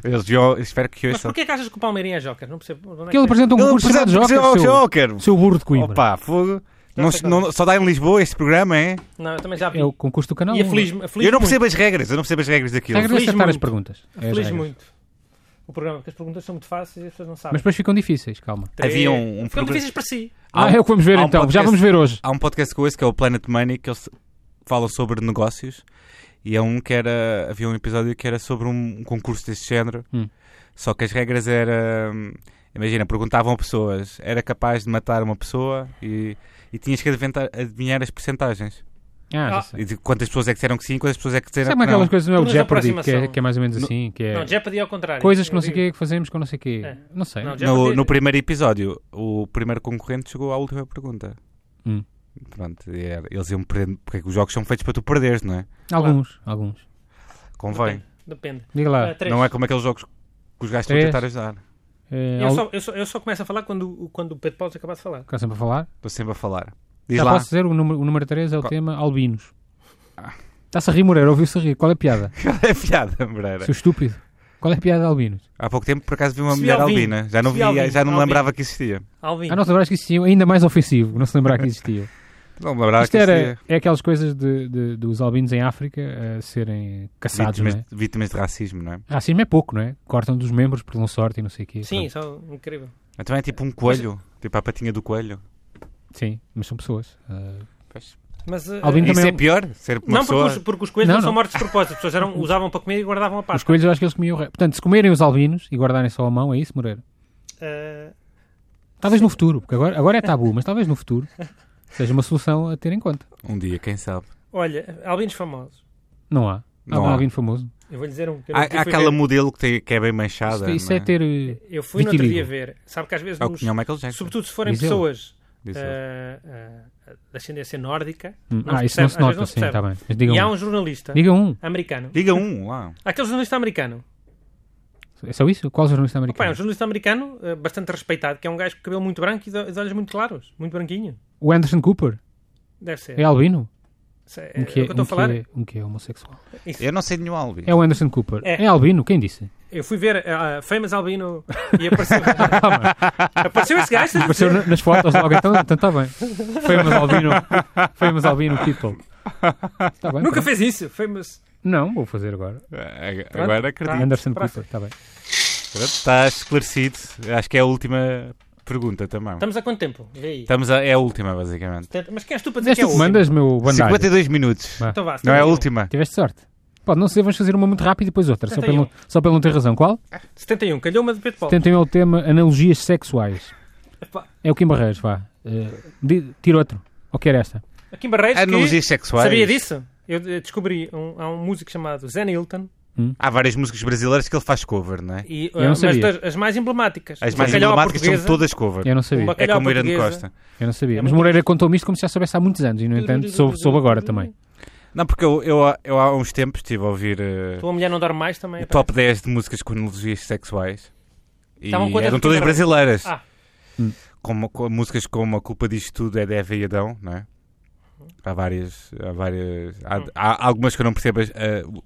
Eles, eu espero que Mas ouçam. porquê é que achas que o Palmeirinha é Joker? Não percebo. Onde é Porque ele que é? apresenta um concurso Ele chamado precisa- Joker, precisa- seu, Joker. seu burro de Coimbra. Opa, fogo. Não Não- sei não- só dá em Lisboa este programa, é? Não, eu também já vi. É o concurso do canal. E um, aflige Eu não percebo as regras, eu não percebo as regras não é? daquilo. A regra é Aflige acertar as muito. perguntas. É as Feliz regras. muito. O programa, porque as perguntas são muito fáceis e as pessoas não sabem. Mas depois ficam difíceis, calma. Havia um, um Ficam programa- difíceis para si. Há Ah, um- é o que vamos ver há um então. Já podcast- vamos ver hoje. Há um podcast com esse que é o Planet Money que eles falam sobre negócios e é um que era. Havia um episódio que era sobre um, um concurso deste género. Hum. Só que as regras era. hum, Imagina, perguntavam a pessoas, era capaz de matar uma pessoa e, e tinhas que adventar- adivinhar as percentagens. Ah, já Ah. sei. E de quantas pessoas é que disseram que sim, quantas pessoas é que disseram Sabe como é que aquelas não. coisas, não é o Mas Jeopardy, que é, aproximação. que é mais ou menos assim, que é Não, já pedi ao contrário. coisas que não sei o Eu digo- quê que fazemos que eu não sei o quê. É. Não sei. Não, já- No, né? Jeopardy. no primeiro episódio, o primeiro concorrente chegou à última pergunta. Hum. Pronto, e era- eles iam perdendo, porque os jogos são feitos para tu perderes, não é? Alguns, alguns. Convém. Depende. Diga lá. Ah, três. Não é como aqueles jogos que os gajos estão a Três. tentar ajudar. eh, Eu al- só, eu, só, eu só começo a falar quando, o- quando o Pedro Paulo acabar de falar. Ficar sempre a falar. Estou sempre a falar. Diz Já lá. posso dizer, o número, o número 3 é o Qual- tema albinos. Ah. Está-se a rir, Moreira, ouviu-se a rir. Qual é a piada? é fiada, Moreira. Seu estúpido. Qual é a piada de albinos? Há pouco tempo, por acaso, vi uma Subi mulher ao vinho. albina. Já não, Subi ao vinho. vi, já não Ao me lembrava que existia. Alvin. Ah, não se lembraste que existia, ainda mais ofensivo, não se lembrar que existia. Não me lembrava Isto que era, existia. é aquelas coisas de, de- dos albinos em África a serem caçados, não Vítimas, é? vítimas de racismo, não é? Racismo é pouco, não é? Cortam dos membros por não sorte e não sei o quê. Sim, só incrível. Então é tipo um coelho. Tipo a patinha do coelho. Pronto. Sim, mas são pessoas. Ah, Mas, eh, Albino Isso também é é um- pior? Ser uma não, porque pessoa... os, porque os coelhos não, Não, são não. mortos de propósito. As pessoas eram, usavam para comer e guardavam a os pasta. coelhos eu acho que eles comiam o resto. Portanto, se comerem os albinos e guardarem só a mão, é isso, Moreira? Eh, Talvez no futuro, porque agora, agora é tabu, mas talvez no futuro seja uma solução a ter em conta. Um dia, quem sabe. olha, albinos famosos. Não há. Há Não um há. albino famoso. Eu vou lhe dizer um. que eu Há, fui há ver. aquela modelo que, tem- que é bem manchada. Isto, isso não é ter. eh, Eu fui no outro dia vitiligo. ver. Sabe que às vezes, É o nos- que tinha o Michael Jackson. sobretudo se forem Diz ele. pessoas diz ele. eh, eh, de ascendência nórdica, Hum, Não Ah, se isso não se percebe, às vezes nota, não se sim, está percebe. bem. Mas diga e há um. um jornalista Diga um. americano. Diga um lá. Aquele jornalista americano. É só isso? Qual jornalista Opa, é um americano? jornalista americano eh, bastante respeitado, que é um gajo com cabelo muito branco e de- de olhos muito claros, muito branquinho. O Anderson Cooper? Deve ser. É albino? Se- um é Um o que é, que eu um estou a que falar. é- um que é homossexual. Isso. Eu não sei nenhum Albi. É o Anderson Cooper. É. É, albino? Quem disse? Eu fui ver eh, a Famous Albino e apareceu, apareceu esse gajo. Apareceu na- nas fotos logo, então está bem. Famous albino. Famous albino people. Tá bem. Nunca pronto. fez isso. Famous. Não, vou fazer agora. Eh, Agora Ah, acredito. Anderson praça. Cooper, está bem. tá. Pronto, Está esclarecido. Acho que é a última pergunta também. Estamos há quanto tempo? Vê aí. Estamos a, é a última, basicamente. Setenta- Mas quem és tu para dizer Tá. Mas que é tu o que último? mandas, meu bandalho. 52 minutos. Vá. Então vá, Não é a 71. última. Tiveste sorte. Pode não ser, vamos fazer uma muito rápida e depois outra, Então só para, ele não, só para ele não ter razão. Qual? 71. Calhou uma de Pedro Paulo. Tentem o tema analogias sexuais. Epá. É o Kim Barreiros, vá. Eh, di- tira outro. Ou quer esta? Aqui em Barreiros. que É, Analogias sexuais. Sabia disso? Eu eh, descobri um, há um músico chamado Zé Nilton. Há várias músicas brasileiras que ele faz cover, não é? E, eh, não mas sabia. das- as mais emblemáticas. As O mais Bacalhau à emblemáticas são Portuguesa, todas cover. Eu não sabia. É Bacalhau à como o Irano portuguesa. Costa. Eu não sabia. É Mas muito- Moreira contou-me isto como se já soubesse há muitos anos e, no entanto, soube, soube agora também. Não, porque eu, eu, eu há uns tempos estive a ouvir eh, Tua mulher não dorme mais também. o é pá. top 10 de músicas com analogias sexuais. E Estavam quantas eram todas aqui, brasileiras. Ah. Hum. Como, com músicas como A Culpa Disto Tudo é de Eva e Adão, não é? Uhum. Há várias. Há, várias, há, Hum. há algumas que eu não percebo a,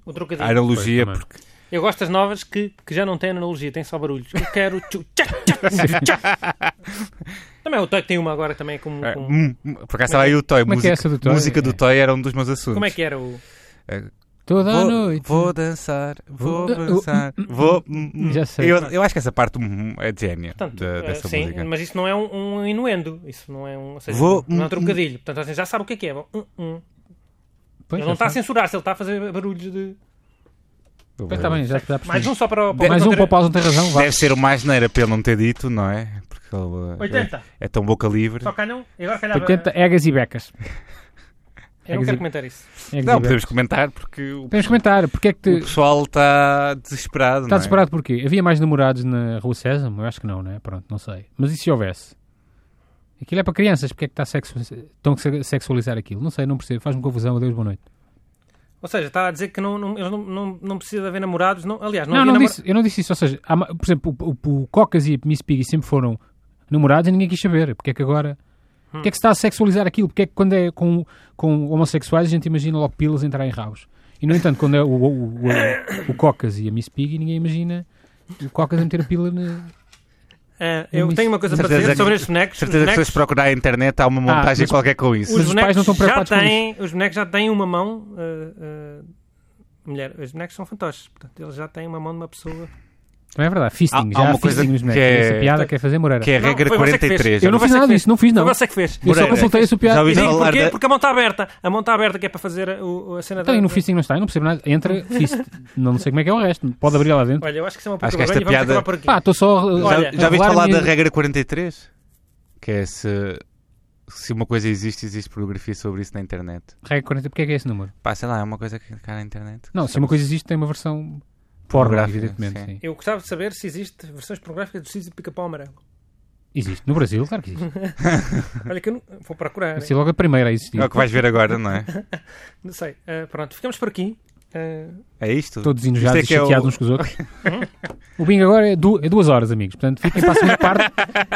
O a trocadilho. analogia, Pois, também. porque Eu gosto das novas que, que já não têm analogia, têm só barulhos. Eu quero. tchu- tchá, tchá, tchá. também o Toy tem uma agora também. Como, É, como, hum, hum, por acaso estava aí o Toy. Como é que música, é essa do Toy? música do Toy era um dos meus assuntos. como é que era o. Toda a vou, noite. Vou dançar, vou Eu- eu- dançar, vou. hum, hum. Já sei. Então, Eu, eu acho que essa parte hum, hum, é de gênia Portanto, da- eh, dessa sim, música. mas isso não é um, um inuendo. Isso não é um. Ou seja, Vou- não é um trocadilho. Portanto, assim, já sabe o que é que é. Bom, hum, hum. Pois, é, ele já não tá está a sei. censurar-se, ele está a fazer barulhos de. Eu Pois, vou- está tá bem, já, já percebi. Mais um só para o. para o Mais um Pedro para o Paulo, não tem razão. Vá. Deve ser o mais neira pelo não ter dito, não é? Porque ter- ele é, 80. é tão boca livre. Só calham. E agora calhava. 80 egas e becas. Eu não quero comentar isso. Egas Não, e becas. podemos comentar porque o, Podemos comentar. Porque é que o te... pessoal está desesperado. Está não é? desesperado porquê? Havia mais namorados na Rua Sésamo? Eu acho que não, né? Pronto, não sei. Mas e se houvesse? Aquilo é para crianças, porque é que está a sexu... estão a se- sexualizar aquilo? Não sei, não percebo. Faz-me confusão. Adeus, boa noite. Ou seja, está a dizer que não, não, eles não, não, não precisa de haver namorados. Não, aliás, não, Não, havia não, namora- disse, eu não disse isso. Ou seja, há ma- por exemplo, o, o, o Cocas e a Miss Piggy sempre foram namorados e ninguém quis saber. Porque é que agora. Hum. Porque é que se está a sexualizar aquilo? Porque é que quando é com, com homossexuais a gente imagina logo pilas entrar em rabos. E no entanto, quando é o, o, o, o Cocas e a Miss Piggy, ninguém imagina o Cocas a meter a pila na. É, eu Isso. tenho uma coisa para Certeza dizer que- sobre estes bonecos. Certeza é que se Bonecos- vocês procurarem na internet há uma montagem Ah, mas- qualquer com isso. Mas os os pais bonecos não estão já preocupados com têm, os bonecos já têm uma mão. ah, ah, mulher, os bonecos são fantoches, portanto, eles já têm uma mão de uma pessoa. Não é verdade? Fisting, Há- já há há uma fisting coisa nos que bonecos. é- Essa piada quer fazer Moreira. Que é a Não, regra foi você que fez. 43. Eu não já fiz Você nada fez. disso, não fiz Não. nada. Foi você que fez. Eu só Moreira. consultei essa Já piada. ouvi Digo falar porquê? da- Porque a mão está aberta. A mão está aberta que é para fazer a, o- a cena Então, da... e no fisting não está, eu não percebo nada. Entra, fisting. Não sei como é que é o resto. Pode abrir lá dentro. Olha, eu acho que isso é uma Acho pouco que esta vergonha, vamos piada- acabar por aqui. Pá, estou só. uh, já Olha, a já ouviste revelar a falar minha- da regra 43? Que é se, se uma coisa existe, existe pornografia sobre isso na internet. Regra 40, porque é que é esse número? Pá, sei lá, é uma coisa que cai na internet. Não, se uma coisa existe, tem uma versão porno, Pornográfica, evidentemente. sim. sim. Eu gostava de saber se existe versões pornográficas do Cis e Pica-Pau Amarelo. Existe. No Brasil, claro que existe. Olha que eu não... vou procurar. hein? Deve ser logo a primeira a existir. É o que vais ver agora, não é? Não sei. Ah, pronto, ficamos por aqui. Ah, É isto? Todos Isto enojados é e que é o- Hum? chateados uns com os outros. o bingo agora é, du- é duas horas, amigos. Portanto, fiquem para a segunda parte.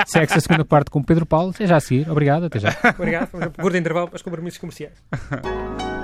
Segue-se a segunda parte com o Pedro Paulo. Até já a seguir. Obrigado. Até já. obrigado. Vamos a um curto intervalo para os compromissos comerciais.